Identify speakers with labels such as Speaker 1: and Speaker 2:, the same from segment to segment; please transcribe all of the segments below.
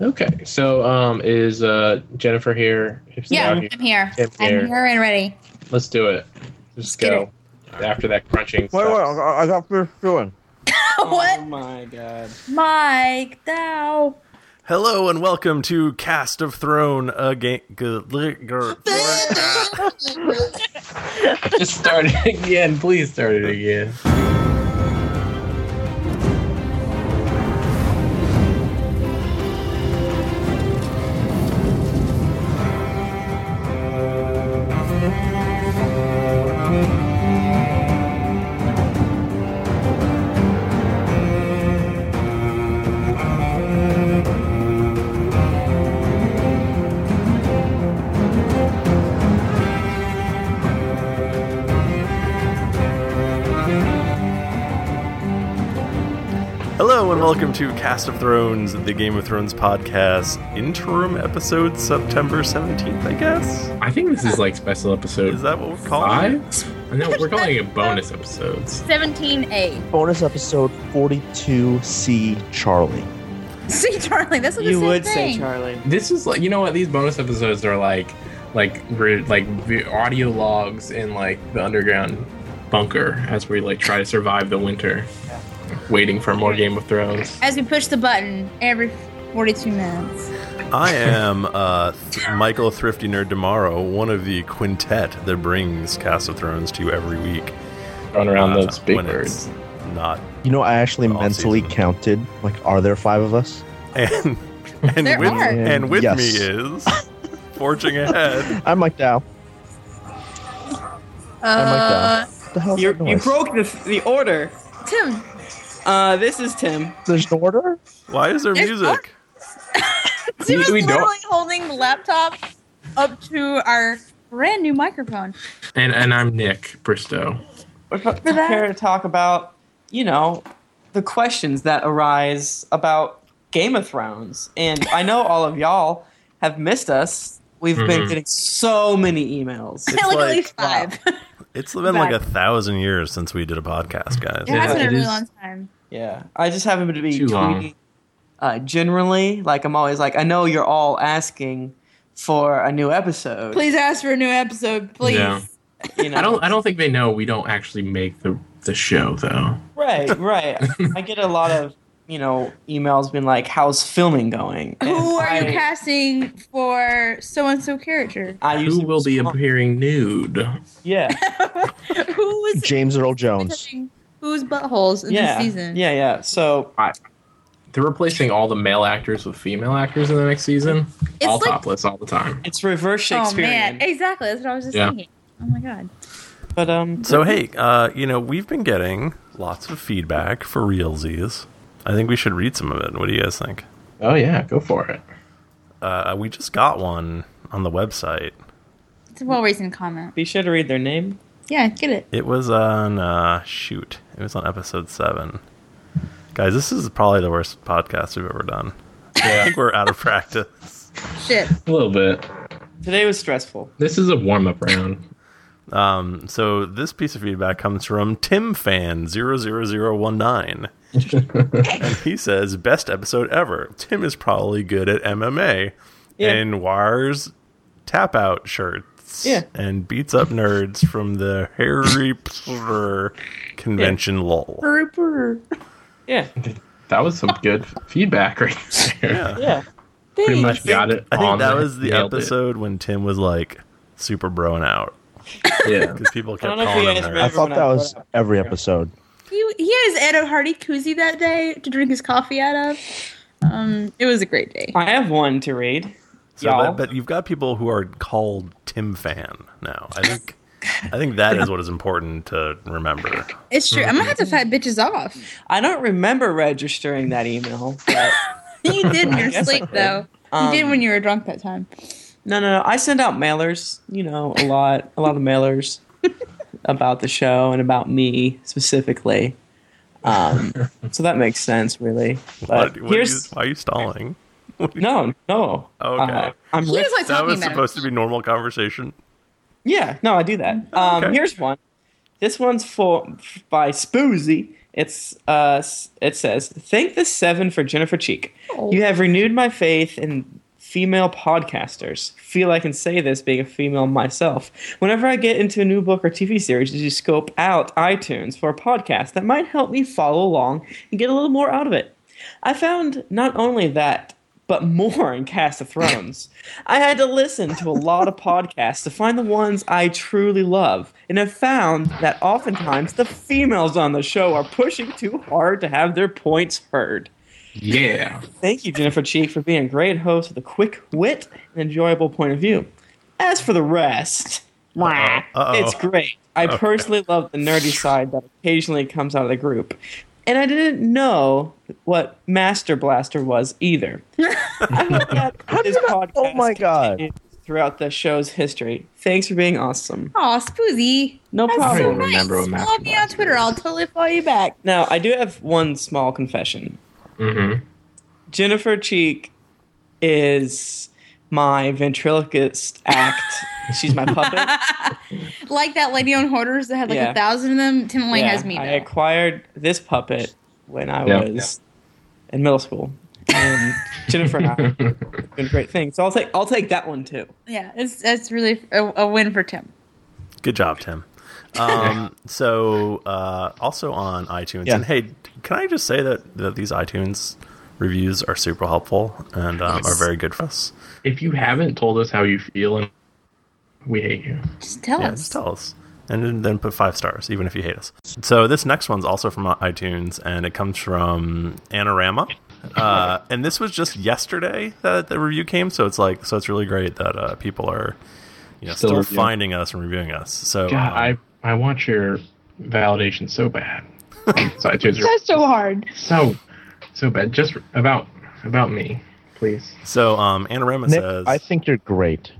Speaker 1: Okay, so um, is uh, Jennifer here? If she's
Speaker 2: Yeah,
Speaker 1: out here,
Speaker 2: I'm here.
Speaker 1: I'm
Speaker 2: I'm
Speaker 1: here.
Speaker 2: here and ready.
Speaker 1: let's do it.
Speaker 2: Let's
Speaker 1: Just
Speaker 2: get
Speaker 1: go. After that crunching.
Speaker 3: Wait, wait,
Speaker 1: stops.
Speaker 3: I, I got fish doing.
Speaker 2: what?
Speaker 4: Oh my god.
Speaker 2: Mike, thou.
Speaker 5: Hello and welcome to Cast of Throne again. G- li- gr-
Speaker 1: Just start it again. Please start it again.
Speaker 5: Hello and welcome to Cast of Thrones, the Game of Thrones podcast interim episode September 17th, I guess.
Speaker 1: I think this is like special episode
Speaker 5: Is that what we're calling
Speaker 1: five.
Speaker 5: it?
Speaker 1: No, we're calling it bonus episodes.
Speaker 2: 17A.
Speaker 3: Bonus episode 42C Charlie.
Speaker 2: See, Charlie, this is the
Speaker 4: You
Speaker 2: same
Speaker 4: would
Speaker 2: thing.
Speaker 4: say Charlie.
Speaker 1: This is like you know what these bonus episodes are like, like re- like vi- audio logs in like the underground bunker as we like try to survive the winter, waiting for more Game of Thrones.
Speaker 2: As we push the button every 42 minutes.
Speaker 5: I am uh, Th- Michael Thrifty Nerd Tomorrow, one of the quintet that brings Cast of Thrones to you every week.
Speaker 1: Throwing around
Speaker 5: uh,
Speaker 1: those big
Speaker 5: when it's
Speaker 1: words.
Speaker 5: Not
Speaker 3: You know, I actually
Speaker 5: All
Speaker 3: mentally
Speaker 5: season.
Speaker 3: counted. Like, are there five of us?
Speaker 5: and and
Speaker 2: There
Speaker 5: with
Speaker 2: are.
Speaker 5: and with
Speaker 3: Yes.
Speaker 5: me is forging ahead.
Speaker 3: I'm like, Dow.
Speaker 1: Oh
Speaker 2: Uh,
Speaker 3: The hell
Speaker 4: You you broke the the order.
Speaker 2: Tim,
Speaker 4: Uh, this is Tim.
Speaker 3: There's an order.
Speaker 5: Why is there
Speaker 2: There's
Speaker 5: music?
Speaker 2: Tim
Speaker 1: We-
Speaker 2: is
Speaker 1: we
Speaker 2: literally
Speaker 1: don't-
Speaker 2: holding the laptop up to our brand new microphone.
Speaker 1: And and I'm Nick Bristow.
Speaker 4: We're about
Speaker 2: For that?
Speaker 4: here to talk about, you know, the questions that arise about Game of Thrones. And I know all of y'all have missed us. We've been
Speaker 1: Mhm.
Speaker 4: getting so many emails.
Speaker 2: like,
Speaker 5: like-
Speaker 2: at least
Speaker 4: wow.
Speaker 2: five.
Speaker 5: It's been like a thousand years since we did a podcast, guys.
Speaker 2: it has
Speaker 1: Yeah,
Speaker 2: been
Speaker 1: it
Speaker 2: a really
Speaker 1: is.
Speaker 2: long time.
Speaker 4: Yeah, I just happen to be
Speaker 1: Too long.
Speaker 4: tweeting uh, generally. Like I'm always like, I know you're all asking for a new episode.
Speaker 2: Please ask for a new episode, please.
Speaker 1: Yeah.
Speaker 4: you know?
Speaker 1: I don't I don't think they know we don't actually make the the show though.
Speaker 4: Right, right. I get a lot of you know emails being like, "How's filming going?" And
Speaker 2: Who are you
Speaker 4: I-
Speaker 2: casting for so and so character?
Speaker 4: I
Speaker 1: Who
Speaker 4: usually
Speaker 1: will be
Speaker 4: respond-
Speaker 1: appearing nude?
Speaker 4: Yeah,
Speaker 2: Who is
Speaker 3: James Earl Jones.
Speaker 2: whose buttholes in
Speaker 4: yeah,
Speaker 2: this season?
Speaker 4: yeah, yeah. So
Speaker 1: They're replacing all the male actors with female actors in the next season.
Speaker 2: It's
Speaker 1: all
Speaker 2: like-
Speaker 1: topless all the time.
Speaker 4: it's reverse
Speaker 2: Oh
Speaker 4: Shakespearean.
Speaker 2: man, exactly. That's what I was just
Speaker 1: Yeah.
Speaker 2: thinking. Oh my god.
Speaker 4: But um,
Speaker 5: So hey, uh, you know we've been getting lots of feedback for realsies. I think we should read some of it. What do you guys think?
Speaker 1: Oh yeah, go for it.
Speaker 5: Uh, we just got one on the website.
Speaker 2: It's a well reasoned comment.
Speaker 4: be sure to read their name.
Speaker 2: Yeah, get it.
Speaker 5: It was on uh, shoot. It was on episode seven. Guys, this is probably the worst podcast we've ever done. I
Speaker 1: Yeah,
Speaker 5: think we're out of practice.
Speaker 2: Shit.
Speaker 1: a little bit.
Speaker 4: Today was stressful.
Speaker 1: This is a warm up round.
Speaker 5: Um, so this piece of feedback comes from TimFan00019. and he says, best episode ever. Tim is probably good at MMA
Speaker 4: Yeah.
Speaker 5: and wires tap out shirts
Speaker 4: Yeah.
Speaker 5: and beats up nerds from the Harry Potter convention lol.
Speaker 4: Yeah,
Speaker 1: That was some good feedback right there.
Speaker 5: Yeah.
Speaker 4: yeah.
Speaker 1: Pretty much got it.
Speaker 5: I
Speaker 1: on
Speaker 5: think that
Speaker 1: there.
Speaker 5: was the
Speaker 1: Nailed it.
Speaker 5: episode when Tim was like super broing out
Speaker 1: Yeah.
Speaker 5: because people kept
Speaker 4: know if
Speaker 5: calling
Speaker 4: you
Speaker 5: him
Speaker 4: guys
Speaker 5: nerds.
Speaker 3: I
Speaker 4: read-
Speaker 3: thought that was every episode.
Speaker 2: He he had his Ed Hardy koozie that day to drink his coffee out of. Um, it was a great day.
Speaker 4: I have one to read.
Speaker 5: So,
Speaker 4: y'all.
Speaker 5: but, but you've got people who are called Tim fan now. I think I think that is what is important to remember.
Speaker 2: It's true. I'm gonna have to fight bitches off.
Speaker 4: I don't remember registering that email. But,
Speaker 2: You did in your
Speaker 4: guess I
Speaker 2: sleep
Speaker 4: did.
Speaker 2: though. you
Speaker 4: um,
Speaker 2: did when you were drunk that time.
Speaker 4: No, no, no. I send out mailers, you know, a lot, a lot of mailers about the show and about me specifically. Um, so that makes sense, really. But
Speaker 5: What, what are you,
Speaker 4: here's
Speaker 5: why are you stalling?
Speaker 4: no, no. Uh,
Speaker 5: Oh, okay.
Speaker 4: I'm
Speaker 2: He
Speaker 4: rich.
Speaker 2: was like
Speaker 5: That
Speaker 2: talking
Speaker 5: was
Speaker 2: about
Speaker 5: supposed to be normal conversation.
Speaker 4: yeah, no, I do that. Um,
Speaker 5: Okay.
Speaker 4: Here's one. This one's for by Spoozy, It's uh, s- it says, "Thank the seven for Jennifer Cheek. You have renewed my faith in female podcasters. Feel I can say this being a female myself. Whenever I get into a new book or TV series, you scope out iTunes for a podcast that might help me follow along and get a little more out of it. I found not only that." But more in Cast of Thrones. I had to listen to a lot of podcasts to find the ones I truly love, and have found that oftentimes the females on the show are pushing too hard to have their points heard.
Speaker 1: Yeah.
Speaker 4: Thank you, Jennifer Cheek, for being a great host with a quick wit and enjoyable point of view. As for the rest,
Speaker 2: Wah.
Speaker 5: Uh-oh.
Speaker 4: it's great. I personally love the nerdy side that occasionally comes out of the group. And I didn't know what Master Blaster was either. I hope that this
Speaker 3: did I-
Speaker 4: podcast
Speaker 3: oh my God.
Speaker 4: continues throughout the show's history. Thanks for being awesome.
Speaker 5: uh,
Speaker 2: Aw, Spoozy.
Speaker 4: No
Speaker 2: That's
Speaker 4: problem.
Speaker 2: so
Speaker 1: I
Speaker 2: nice.
Speaker 1: remember what
Speaker 2: Follow me on
Speaker 1: Master
Speaker 2: Twitter. I'll totally follow you back.
Speaker 4: Now, I do have one small confession.
Speaker 1: Mm-hmm.
Speaker 4: Jennifer Cheek is my ventriloquist act. She's my puppet.
Speaker 2: Like that lady on Hoarders that had like
Speaker 4: Yeah.
Speaker 2: a thousand of them. Tim Lane
Speaker 4: Yeah,
Speaker 2: has me.
Speaker 4: I
Speaker 2: now.
Speaker 4: acquired this puppet when I
Speaker 1: Yeah.
Speaker 4: was in middle school. And Jennifer and I have been great things. So I'll take I'll take that one too.
Speaker 2: yeah, it's that's really a, a win for Tim.
Speaker 5: Good job, Tim. Um, so uh, also on iTunes.
Speaker 3: Yeah.
Speaker 5: And hey, can I just say that, that these iTunes reviews are super helpful and um, are very good for us.
Speaker 1: If you haven't told us how you feel, and we hate you.
Speaker 2: Just tell
Speaker 5: Yeah,
Speaker 2: us.
Speaker 5: just tell us. And then- then put five stars, even if you hate us. So this next one's also from uh, iTunes, and it comes from Anorama. Uh, and this was just yesterday that the review came, so it's like so it's really great that uh, people are you know,
Speaker 1: Still
Speaker 5: still,
Speaker 1: reviewing.
Speaker 5: finding us and reviewing us. So
Speaker 1: God,
Speaker 5: um,
Speaker 1: I I want your validation so bad. so iTunes are
Speaker 2: That's so hard.
Speaker 1: so so bad. Just about about me, please.
Speaker 5: so um, Anorama
Speaker 3: Nick,
Speaker 5: says
Speaker 3: I think you're great.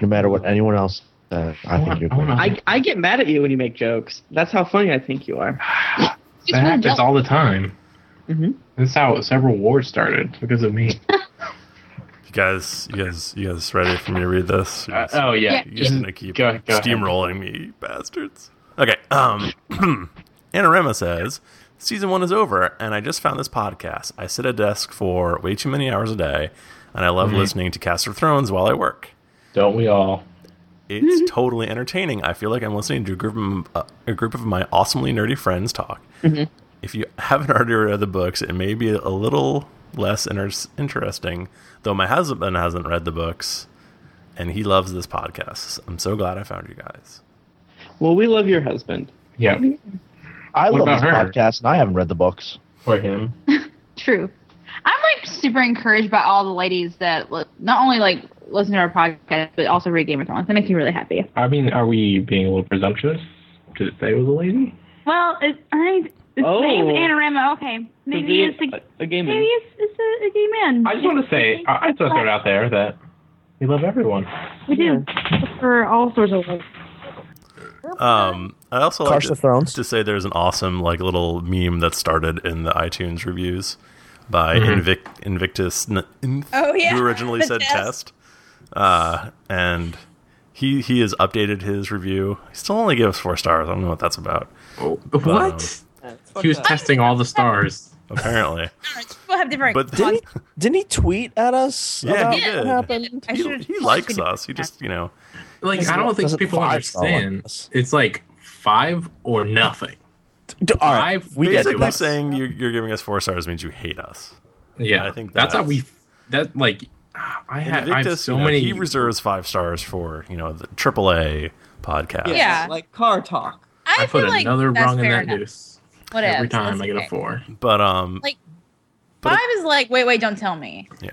Speaker 3: No matter what anyone else, uh, I
Speaker 1: want-
Speaker 3: think you're
Speaker 1: I
Speaker 3: great.
Speaker 1: want
Speaker 4: I, I get mad at you when you make jokes. That's how funny I think you are.
Speaker 2: It's
Speaker 1: That
Speaker 2: really
Speaker 1: happens
Speaker 2: dumb.
Speaker 1: all the time.
Speaker 4: Mhm.
Speaker 1: That's how several wars started because of me.
Speaker 5: you guys, you guys, you guys ready for me to read this? You
Speaker 1: Uh,
Speaker 5: guys-
Speaker 1: oh yeah,
Speaker 5: You're just gonna keep
Speaker 1: Go- go ahead.
Speaker 5: steamrolling me, you bastards. Okay. Um, Anorama says season one is over, and I just found this podcast. I sit at a desk for way too many hours a day, and I love
Speaker 1: Mm-hmm.
Speaker 5: listening to Cast of Thrones while I work.
Speaker 1: Don't we all?
Speaker 3: Mm-hmm.
Speaker 5: It's totally entertaining. I feel like I'm listening to a group of, uh, a group of my awesomely nerdy friends talk.
Speaker 3: Mm-hmm.
Speaker 5: If you haven't already read the books, it may be a little less inter- interesting, though my husband hasn't read the books, and he loves this podcast. I'm so glad I found you guys.
Speaker 4: Well, we love your husband.
Speaker 1: Yeah,
Speaker 3: I
Speaker 1: What
Speaker 3: love
Speaker 1: about
Speaker 3: this
Speaker 1: her?
Speaker 3: podcast, and I haven't read the books.
Speaker 1: for him.
Speaker 6: True. I'm like super encouraged by all the ladies that li- not only like listen to our podcast but also read Game of Thrones. That makes me really happy.
Speaker 1: I mean, are we being a little presumptuous to say it was a lady?
Speaker 6: Well, it, I it's
Speaker 4: Oh.
Speaker 6: named Anorama. Okay, maybe it's a,
Speaker 4: a, a game.
Speaker 6: maybe it's, it's a, a gay man.
Speaker 1: I just want to say, I, I just want to throw it out there that we love everyone.
Speaker 6: we do for all sorts of love.
Speaker 5: Um, I also like
Speaker 3: Oh, Clash
Speaker 5: to,
Speaker 3: of Thrones.
Speaker 5: to say there's an awesome like little meme that started in the iTunes reviews by
Speaker 3: Mm-hmm.
Speaker 5: Invic- Invictus, n- in-
Speaker 2: Oh, yeah.
Speaker 5: who originally
Speaker 2: The
Speaker 5: said test,
Speaker 2: test.
Speaker 5: uh, and he he has updated his review. He still only gave us four stars. I don't know what that's about.
Speaker 1: Oh,
Speaker 5: What?
Speaker 1: He was testing all the stars.
Speaker 5: Apparently,
Speaker 2: Alright, People have different.
Speaker 5: But-
Speaker 3: Didn't
Speaker 2: Didn't
Speaker 3: he, didn't he tweet at us
Speaker 5: Yeah,
Speaker 3: about
Speaker 5: he did.
Speaker 3: what happened?
Speaker 2: I
Speaker 5: he,
Speaker 2: should've-
Speaker 5: he likes us. He just you know
Speaker 1: Like, I don't
Speaker 3: Doesn't
Speaker 1: think people
Speaker 3: five star like
Speaker 1: understand.
Speaker 3: us?
Speaker 1: It's like five or nothing.
Speaker 3: D- all right,
Speaker 1: I've
Speaker 3: we get
Speaker 1: basically
Speaker 3: it.
Speaker 5: basically
Speaker 3: That's-
Speaker 5: saying you're, you're giving us four stars means you hate us.
Speaker 1: Yeah,
Speaker 5: I think
Speaker 1: that's how
Speaker 5: that's-
Speaker 1: we. That like, I had I have
Speaker 5: Invictus,
Speaker 1: so
Speaker 5: you know,
Speaker 1: many.
Speaker 5: he reserves five stars for you know the AAA podcast.
Speaker 2: Yeah.
Speaker 4: Like car talk.
Speaker 1: I put
Speaker 2: feel like
Speaker 1: another
Speaker 2: that's
Speaker 1: rung in
Speaker 2: fair
Speaker 1: that
Speaker 2: enough.
Speaker 1: noose
Speaker 2: Whatever.
Speaker 1: every time
Speaker 2: That's
Speaker 1: I get
Speaker 2: okay.
Speaker 1: a four.
Speaker 5: But um,
Speaker 2: Like
Speaker 5: But it-
Speaker 2: five is like wait wait don't tell me.
Speaker 5: yeah.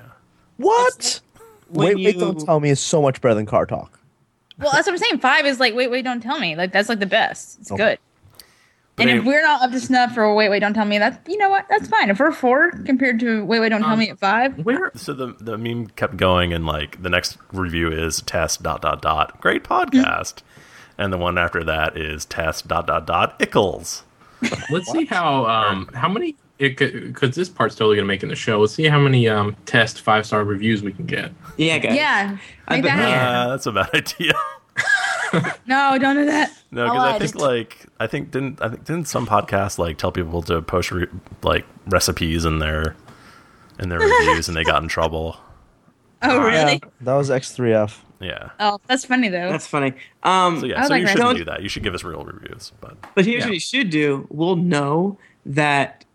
Speaker 3: What?
Speaker 4: When
Speaker 3: Wait, wait,
Speaker 4: you-
Speaker 3: don't tell me is so much better than Car Talk.
Speaker 2: Well, that's what I'm saying. Five is like wait wait don't tell me. Like that's like the best. It's
Speaker 3: Okay.
Speaker 2: good.
Speaker 5: But
Speaker 2: and if
Speaker 5: anyway-
Speaker 2: we're not up to snuff for wait wait don't tell me that you know what that's fine. If we're four compared to wait wait don't tell me at five.
Speaker 1: Where
Speaker 5: So the the meme kept going, and like the next review is test dot dot dot great
Speaker 2: Mm-hmm.
Speaker 5: podcast, and the one after that is test dot dot dot ickles.
Speaker 1: Let's see how um how many it could because this part's totally gonna make it in the show. Let's see how many um test five star reviews we can get.
Speaker 4: Yeah, guys.
Speaker 2: Yeah.
Speaker 4: I
Speaker 2: Like
Speaker 4: bet-
Speaker 2: that.
Speaker 5: Uh, that's a bad idea.
Speaker 2: No, don't do that.
Speaker 5: No, because I
Speaker 7: Alright.
Speaker 5: think like I think didn't I think didn't some podcasts like tell people to post re- like recipes in their in their reviews and they got in trouble.
Speaker 1: Uh,
Speaker 2: Oh, really?
Speaker 4: Yeah.
Speaker 3: That was X3F.
Speaker 5: Yeah.
Speaker 2: Oh, that's funny though.
Speaker 4: That's funny. Um,
Speaker 5: So
Speaker 2: I
Speaker 5: yeah, so
Speaker 2: like
Speaker 5: you
Speaker 2: that.
Speaker 5: shouldn't
Speaker 4: Don't-
Speaker 5: do that. You should give us real reviews. But
Speaker 4: But here's
Speaker 1: Yeah.
Speaker 4: what you should do. We'll know that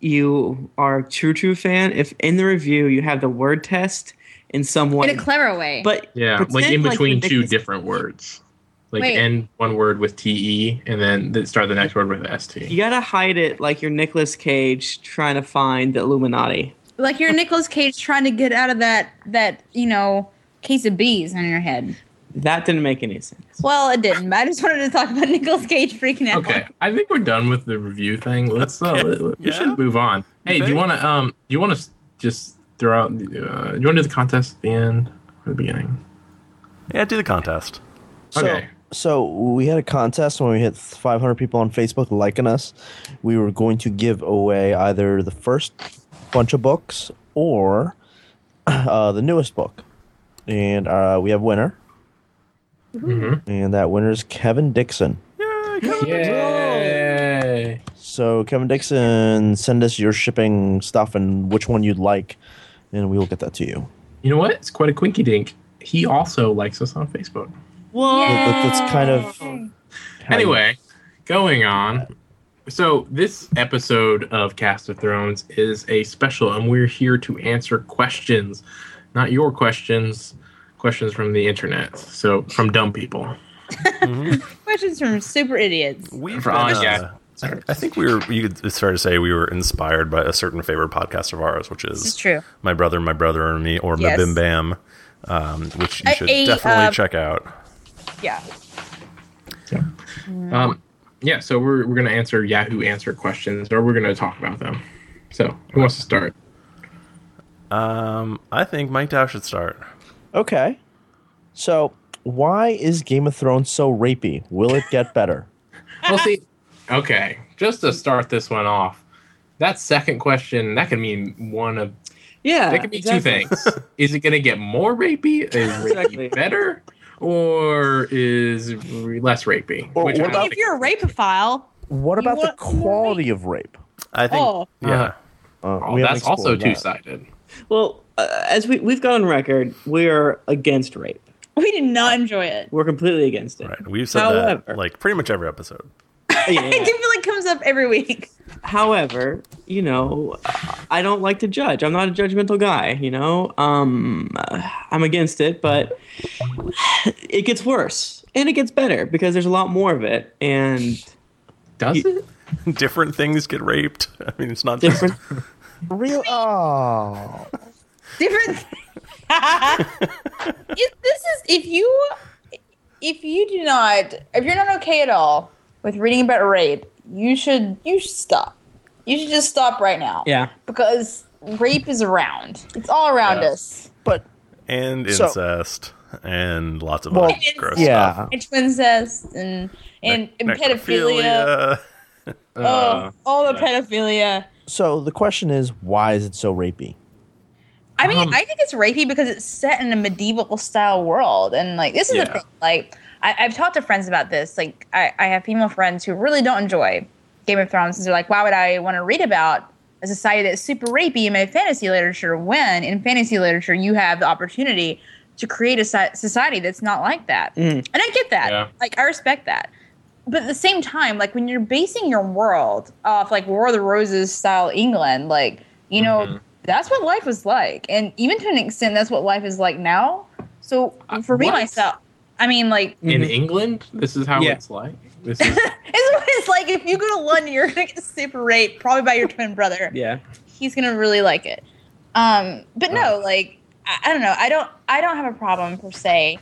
Speaker 4: you are a true true fan if in the review you have the word test in some way.
Speaker 6: in a clever way.
Speaker 4: but
Speaker 1: Yeah, like
Speaker 4: pretend
Speaker 1: in between
Speaker 4: the
Speaker 1: two
Speaker 4: dick is-
Speaker 1: different words. Like
Speaker 6: Wait.
Speaker 1: end one word with TE and then th- start the next word with ST.
Speaker 4: You gotta hide it like you're Nicolas Cage trying to find the Illuminati.
Speaker 2: Like you're Nicolas Cage trying to get out of that that you know case of bees on your head.
Speaker 4: That didn't make any sense.
Speaker 2: Well, it didn't. But I just wanted to talk about Nicolas Cage freaking out.
Speaker 1: Okay, I think we're done with the review thing. Let's uh,
Speaker 5: Okay,
Speaker 1: let- let- we
Speaker 5: yeah.
Speaker 1: should move on. Hey, do you
Speaker 5: think?
Speaker 1: want to um? Do you want to just throw out? Uh, do you want to do the contest at the end or the beginning?
Speaker 5: yeah, do the contest.
Speaker 3: So,
Speaker 1: Okay.
Speaker 3: so we had a contest when we hit 500 people on Facebook liking us. We were going to give away either the first bunch of books or uh, the newest book, and uh, we have a winner,
Speaker 1: Mhm.
Speaker 3: and that winner is Kevin Dixon.
Speaker 5: Yeah, come on.
Speaker 1: Yay!
Speaker 3: So Kevin Dixon, send us your shipping stuff and which one you'd like, and we will get that to you.
Speaker 1: You know what? It's quite a quinky dink. He also likes us on Facebook.
Speaker 4: Whoa!
Speaker 3: That- Oh, that's kind of how you-
Speaker 1: Anyway, going on. So this episode of Cast of Thrones is a special, and we're here to answer questions, not your questions, questions from the internet. So from dumb people.
Speaker 2: Questions from super idiots.
Speaker 5: We've
Speaker 1: For
Speaker 5: been,
Speaker 1: Anya.
Speaker 5: uh, I think- I think we were. You could it's fair to say we were inspired by a certain favorite podcast of ours, which
Speaker 2: This is
Speaker 5: is
Speaker 2: true.
Speaker 5: My Brother, My Brother and Me, or
Speaker 2: Yes.
Speaker 5: Bim Bam, um, which you
Speaker 2: I-
Speaker 5: should
Speaker 2: a,
Speaker 5: definitely
Speaker 2: uh,
Speaker 5: check out.
Speaker 2: Yeah.
Speaker 1: Um, yeah. So we're we're gonna answer Yahoo answer questions, or we're gonna talk about them. So who wants to start?
Speaker 5: Um, I think Mike Dow should start.
Speaker 3: Okay. So, why is Game of Thrones so rapey? Will it get better?
Speaker 1: Well, see, okay. Just to start this one off, that second question that could mean one of
Speaker 4: yeah,
Speaker 1: That could be
Speaker 4: exactly.
Speaker 1: two things. Is it going to get more rapey? Is rapey
Speaker 4: Exactly.
Speaker 1: better? Or is re- less rapey?
Speaker 3: Or what
Speaker 1: I don't
Speaker 3: about-
Speaker 2: If you're a rapophile,
Speaker 3: What about the
Speaker 2: want more
Speaker 3: quality of rape?
Speaker 5: I think.
Speaker 2: Oh.
Speaker 5: Yeah.
Speaker 1: Uh,
Speaker 3: Uh,
Speaker 1: think-
Speaker 3: we haven't
Speaker 1: that's also
Speaker 3: explored
Speaker 1: two
Speaker 3: that.
Speaker 1: sided.
Speaker 4: Well, uh, as we we've gone on record, we're against rape.
Speaker 2: we did not enjoy it.
Speaker 4: We're completely against it.
Speaker 5: Right. We've said
Speaker 4: However-
Speaker 5: that like pretty much every episode.
Speaker 4: Yeah.
Speaker 2: I do feel like it comes up every week.
Speaker 4: However, you know, I don't like to judge. I'm not a judgmental guy. You know, um, I'm against it, but it gets worse and it gets better because there's a lot more of it and
Speaker 1: Does
Speaker 4: You-
Speaker 1: it?
Speaker 5: Different things get raped. I mean, it's not just
Speaker 4: different.
Speaker 3: Real? Oh.
Speaker 2: Different. if this is if you if you do not if you're not okay at all with reading about rape, you should you should stop. You should just stop right now.
Speaker 4: yeah.
Speaker 2: Because rape is around. It's all around
Speaker 5: Yeah.
Speaker 2: us.
Speaker 3: But
Speaker 5: and
Speaker 3: So-
Speaker 5: incest and lots of
Speaker 3: Well,
Speaker 5: other gross stuff.
Speaker 3: yeah.
Speaker 2: And twincest and and, and
Speaker 5: Nec-
Speaker 2: pedophilia.
Speaker 5: necrophilia.
Speaker 1: Uh,
Speaker 2: Oh, all the
Speaker 1: yeah.
Speaker 2: pedophilia.
Speaker 3: So the question is, why is it so rapey?
Speaker 2: I mean,
Speaker 1: Um,
Speaker 2: I think it's rapey because it's set in a medieval style world, and like this is
Speaker 5: Yeah.
Speaker 2: the thing. Like I, I've talked to friends about this. Like I, I have female friends who really don't enjoy Game of Thrones, and they're like, "Why would I want to read about a society that's super rapey in my fantasy literature?" When in fantasy literature, you have the opportunity to create a so- society that's not like that,
Speaker 4: Mm.
Speaker 2: and I get that.
Speaker 1: Yeah.
Speaker 2: Like I respect that. But at the same time, like when you're basing your world off like War of the Roses style England, like you know
Speaker 1: Mhm.
Speaker 2: that's what life was like, and even to an extent, that's what life is like now. So
Speaker 1: Uh,
Speaker 2: for me
Speaker 1: what?
Speaker 2: myself, I mean, like
Speaker 1: In
Speaker 4: Mhm.
Speaker 1: England, this is how
Speaker 4: Yeah.
Speaker 1: it's like. This is
Speaker 2: it's what it's like if you go to London, you're gonna get super raped, probably by your twin brother.
Speaker 4: Yeah.
Speaker 2: He's gonna really like it. Um, but no,
Speaker 1: Oh.
Speaker 2: like I, I don't know. I don't. I don't have a problem per se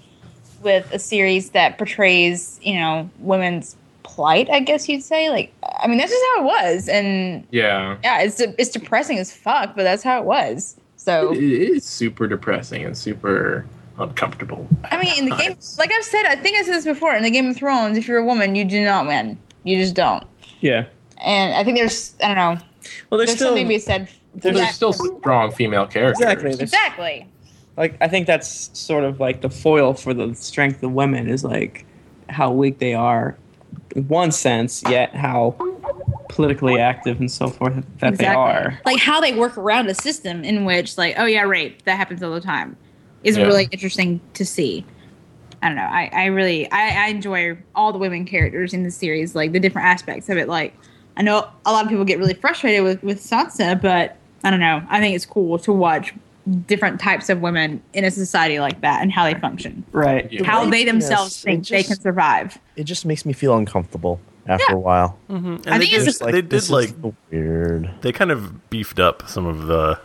Speaker 2: with a series that portrays you know women's plight. I guess you'd say. Like I mean, that's just how it was, and
Speaker 1: yeah.
Speaker 2: yeah, it's de- it's depressing as fuck, but that's how it was. So
Speaker 1: It it is super depressing and super uncomfortable.
Speaker 2: I mean, in the game,
Speaker 1: Nice.
Speaker 2: like I've said, I think I said this before. In the Game of Thrones, if you're a woman, you do not win. You just don't.
Speaker 4: Yeah.
Speaker 2: And I think there's, I don't know,
Speaker 4: Well, there's,
Speaker 2: there's,
Speaker 4: still
Speaker 2: something to be said. for
Speaker 1: But
Speaker 2: that.
Speaker 1: There's still strong female characters.
Speaker 4: exactly. There's,
Speaker 2: exactly.
Speaker 4: Like I think that's sort of like the foil for the strength of women is like how weak they are in one sense, yet how politically active and so forth that they are.
Speaker 2: Like how they work around a system in which, like, oh yeah, rape that happens all the time, is
Speaker 1: Yeah.
Speaker 2: really interesting to see. I don't know. I, I really I, I enjoy all the women characters in the series, like the different aspects of it. Like I know a lot of people get really frustrated with with Sansa, but I don't know. I think it's cool to watch different types of women in a society like that and how they function,
Speaker 4: Right.
Speaker 1: Yeah.
Speaker 2: how they themselves
Speaker 3: Yes, it
Speaker 2: think they
Speaker 3: just-
Speaker 2: can survive.
Speaker 3: It just makes me feel uncomfortable after a while.
Speaker 5: Mm-hmm. And
Speaker 2: I
Speaker 5: they
Speaker 2: think it's
Speaker 5: did,
Speaker 2: just-
Speaker 5: they did
Speaker 3: this is
Speaker 5: like
Speaker 3: weird.
Speaker 5: they kind of beefed up some of the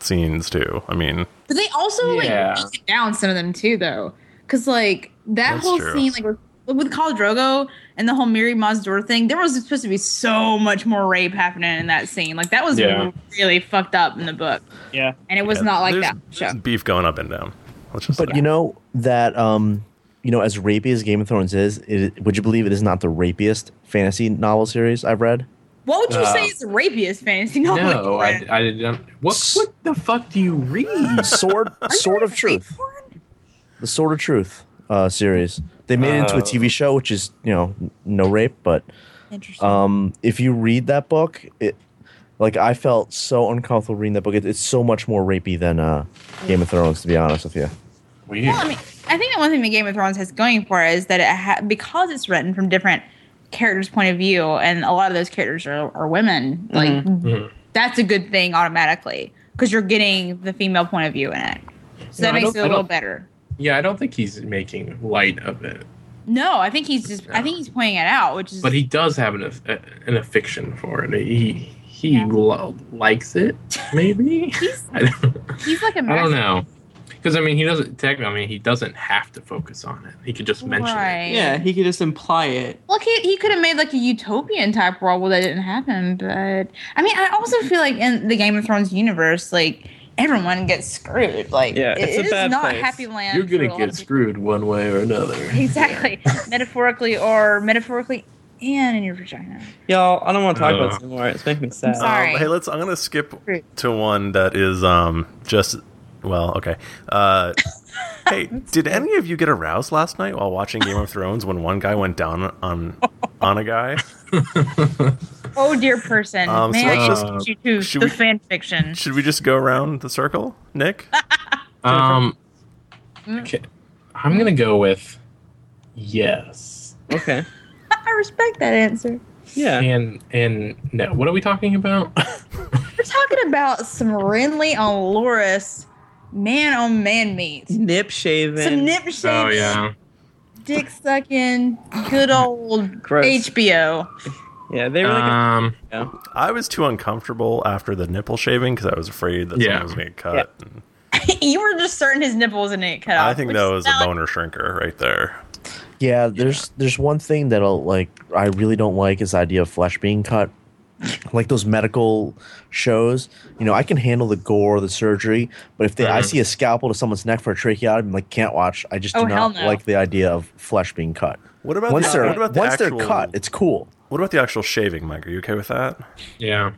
Speaker 5: scenes too. I mean,
Speaker 2: But they also
Speaker 1: Yeah.
Speaker 2: like beat down some of them too, though, because like that
Speaker 5: That's
Speaker 2: whole
Speaker 5: true.
Speaker 2: scene, like with, with Khal Drogo and the whole Miri Mazdoor thing, there was supposed to be so much more rape happening in that scene. Like that was
Speaker 1: Yeah.
Speaker 2: really fucked up in the book,
Speaker 4: Yeah.
Speaker 2: and it was
Speaker 5: yeah,
Speaker 2: not like
Speaker 5: there's-
Speaker 2: that. Show.
Speaker 5: there's beef going up and down. Let's just
Speaker 3: But you know that um, you know as rapey as Game of Thrones is, it, would you believe it is not the rapiest fantasy novel series I've read?
Speaker 2: What would you
Speaker 1: Uh,
Speaker 2: say is the rapiest fantasy novel?
Speaker 1: No,
Speaker 2: you've
Speaker 1: I,
Speaker 2: read?
Speaker 1: I didn't. What what the fuck do you read?
Speaker 3: Sword, Sword of Truth, the Sword of Truth uh, series. They made it into a
Speaker 1: Oh.
Speaker 3: TV show, which is you know n- no rape, but
Speaker 2: Interesting.
Speaker 3: um, if you read that book, it like I felt so uncomfortable reading that book. It, it's so much more rapey than uh, Game of Thrones, to be honest with you.
Speaker 1: Weird.
Speaker 2: Well, I mean, I think the one thing that Game of Thrones has going for it is that it ha- because it's written from different characters' point of view, and a lot of those characters are, are women. Like
Speaker 1: Mhm.
Speaker 2: that's a good thing automatically because you're getting the female point of view in it. So
Speaker 1: No,
Speaker 2: that
Speaker 1: I
Speaker 2: makes
Speaker 1: don't-
Speaker 2: it a
Speaker 1: I
Speaker 2: little
Speaker 1: don't-
Speaker 2: better.
Speaker 1: Yeah, I don't think he's making light of it,
Speaker 2: No, I think he's just. I think he's pointing it out, which is.
Speaker 1: but he does have an aff- an affection for it. He he
Speaker 2: Yeah.
Speaker 1: lo- likes it, maybe.
Speaker 2: He's-
Speaker 1: I don't,
Speaker 2: he's like a.
Speaker 1: I don't
Speaker 2: master-
Speaker 1: know, because I mean, he doesn't technically. I mean, he doesn't have to focus on it. He could just mention it.
Speaker 2: Right.
Speaker 4: Yeah, he could just imply it.
Speaker 2: Look, he, he could have made like a utopian type world where that didn't happen, but I mean, I also feel like in the Game of Thrones universe, like everyone gets screwed. Like,
Speaker 4: Yeah,
Speaker 2: it-
Speaker 4: it's a
Speaker 2: it is
Speaker 4: bad
Speaker 2: not
Speaker 4: place.
Speaker 2: happy land.
Speaker 1: You're
Speaker 2: for a
Speaker 1: gonna
Speaker 2: lot of
Speaker 1: get
Speaker 2: people.
Speaker 1: screwed one way or another.
Speaker 2: Exactly, metaphorically or metaphorically, and in your vagina.
Speaker 4: Y'all, I don't want to talk about
Speaker 1: Uh.
Speaker 4: this anymore. It's making me sad.
Speaker 2: sorry.
Speaker 5: Um, hey, let's. I'm gonna skip
Speaker 2: Great.
Speaker 5: to one that is um just well okay. Uh, hey, did any of you get aroused last night while watching Game of Thrones when one guy went down on on a guy?
Speaker 2: Oh dear, person.
Speaker 5: Um, so
Speaker 2: May I
Speaker 1: let's
Speaker 2: introduce
Speaker 1: just-
Speaker 2: you to
Speaker 5: should
Speaker 2: the
Speaker 5: we-
Speaker 2: fan fiction?
Speaker 5: Should we just go around the circle, Nick?
Speaker 1: Um,
Speaker 2: Mm.
Speaker 1: okay. I'm gonna go with yes
Speaker 4: Okay.
Speaker 2: I respect that answer.
Speaker 4: Yeah.
Speaker 1: and and no. What are we talking about?
Speaker 2: We're talking about some Renly on Loris man on man meat.
Speaker 4: Nip shaving.
Speaker 2: Some nip shaving,
Speaker 1: oh yeah.
Speaker 2: dick sucking, good old
Speaker 4: Gross.
Speaker 2: HBO.
Speaker 4: yeah, they were like,
Speaker 1: Um,
Speaker 5: I was too uncomfortable after the nipple shaving because I was afraid that
Speaker 1: Yeah.
Speaker 5: someone was gonna get cut. And
Speaker 2: you were just certain his nipple was going to cut off.
Speaker 5: I think
Speaker 2: which
Speaker 5: that
Speaker 2: is
Speaker 5: was a
Speaker 2: valid.
Speaker 5: boner shrinker right there.
Speaker 3: Yeah, there's there's one thing that'll like I really don't like is the idea of flesh being cut. Like those medical shows, you know, I can handle the gore, the surgery, but if they, I
Speaker 1: Mhm.
Speaker 3: see a scalpel to someone's neck for a tracheotomy, I'm like, can't watch. I just
Speaker 2: Oh,
Speaker 3: do
Speaker 2: hell
Speaker 3: not
Speaker 2: no.
Speaker 3: like the idea of flesh being cut.
Speaker 5: What about
Speaker 3: Once
Speaker 5: the,
Speaker 3: they're
Speaker 5: what about the
Speaker 3: once
Speaker 5: actual,
Speaker 3: they're cut, it's cool.
Speaker 5: what about the actual shaving, Mike? Are you okay with that?
Speaker 1: yeah.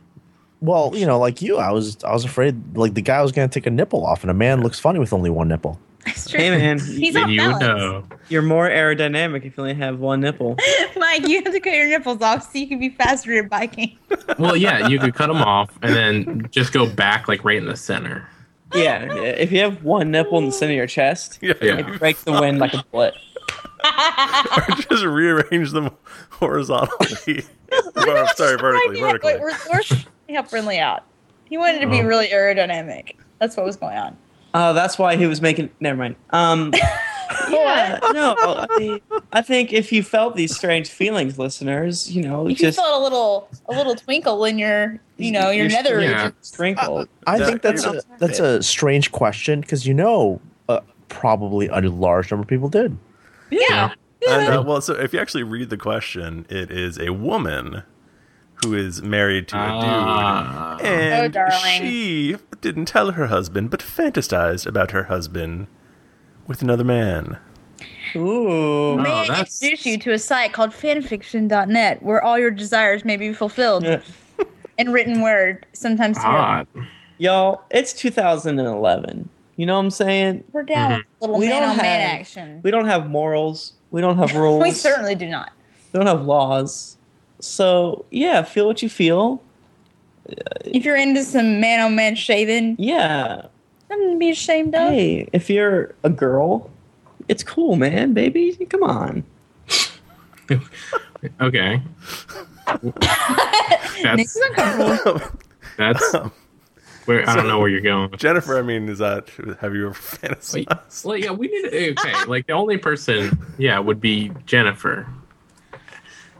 Speaker 3: Well, you know, like you, I was I was afraid like the guy was gonna take a nipple off, and a man looks funny with only one nipple.
Speaker 2: It's true.
Speaker 4: hey man,
Speaker 2: He's
Speaker 1: Did
Speaker 2: on
Speaker 1: you
Speaker 2: balance.
Speaker 1: know?
Speaker 4: you're more aerodynamic if you only have one nipple.
Speaker 2: Mike, you have to cut your nipples off so you can be faster at biking.
Speaker 1: Well, yeah, you could cut them off and then just go back like right in the center.
Speaker 4: yeah, if you have one nipple in the center of your chest,
Speaker 1: Yeah.
Speaker 4: break the wind like a bullet.
Speaker 5: or just rearrange them horizontally. Ver- sorry,
Speaker 2: Wait,
Speaker 5: vertically, vertically. Uh-huh.
Speaker 2: we're, we're trying to help Brinley out. He wanted to be
Speaker 1: Oh.
Speaker 2: really aerodynamic. That's what was going on.
Speaker 4: Oh, that's why he was making. Never mind. Um, yeah, no, I, mean, I think if you felt these strange feelings, listeners, you know,
Speaker 2: You
Speaker 4: just
Speaker 2: felt a little, a little twinkle in your, you know, your
Speaker 4: Your-
Speaker 2: nether
Speaker 1: yeah.
Speaker 2: region.
Speaker 4: sprinkled.
Speaker 3: I
Speaker 5: That-
Speaker 3: think that's
Speaker 5: you're
Speaker 3: a, that's a strange question because you know, uh, probably a large number of people did.
Speaker 2: Yeah.
Speaker 5: And, uh, well, so if you actually read the question, it is a woman who is married to a
Speaker 1: Ah.
Speaker 5: dude, and
Speaker 2: Oh, darling.
Speaker 5: she didn't tell her husband, but fantasized about her husband with another man.
Speaker 4: uh, Ooh.
Speaker 1: No.
Speaker 2: May I
Speaker 1: Oh, that's-
Speaker 2: introduce you to a site called fanfiction.net where all your desires may be fulfilled
Speaker 4: Yeah.
Speaker 2: in written word, sometimes through-
Speaker 1: Odd.
Speaker 4: Y'all, it's 2011. You know what I'm saying?
Speaker 2: We're down with little
Speaker 1: Mm-hmm.
Speaker 4: We
Speaker 2: man
Speaker 4: don't
Speaker 2: on man
Speaker 4: have-
Speaker 2: action.
Speaker 4: We don't have morals. We don't have rules.
Speaker 2: We certainly do not.
Speaker 4: We don't have laws. So yeah, feel what you feel.
Speaker 2: If you're into some man on man shaving,
Speaker 4: Yeah.
Speaker 2: nothing to be ashamed of.
Speaker 4: Hey, if you're a girl, it's cool, man, baby. Come on.
Speaker 1: Okay.
Speaker 2: Nick's
Speaker 1: that's
Speaker 2: uncomfortable.
Speaker 1: that's where I don't know where you're going.
Speaker 5: Jennifer, I mean, is that have you ever fantasized?
Speaker 1: Like, yeah, we need okay. Like the only person, yeah, would be Jennifer.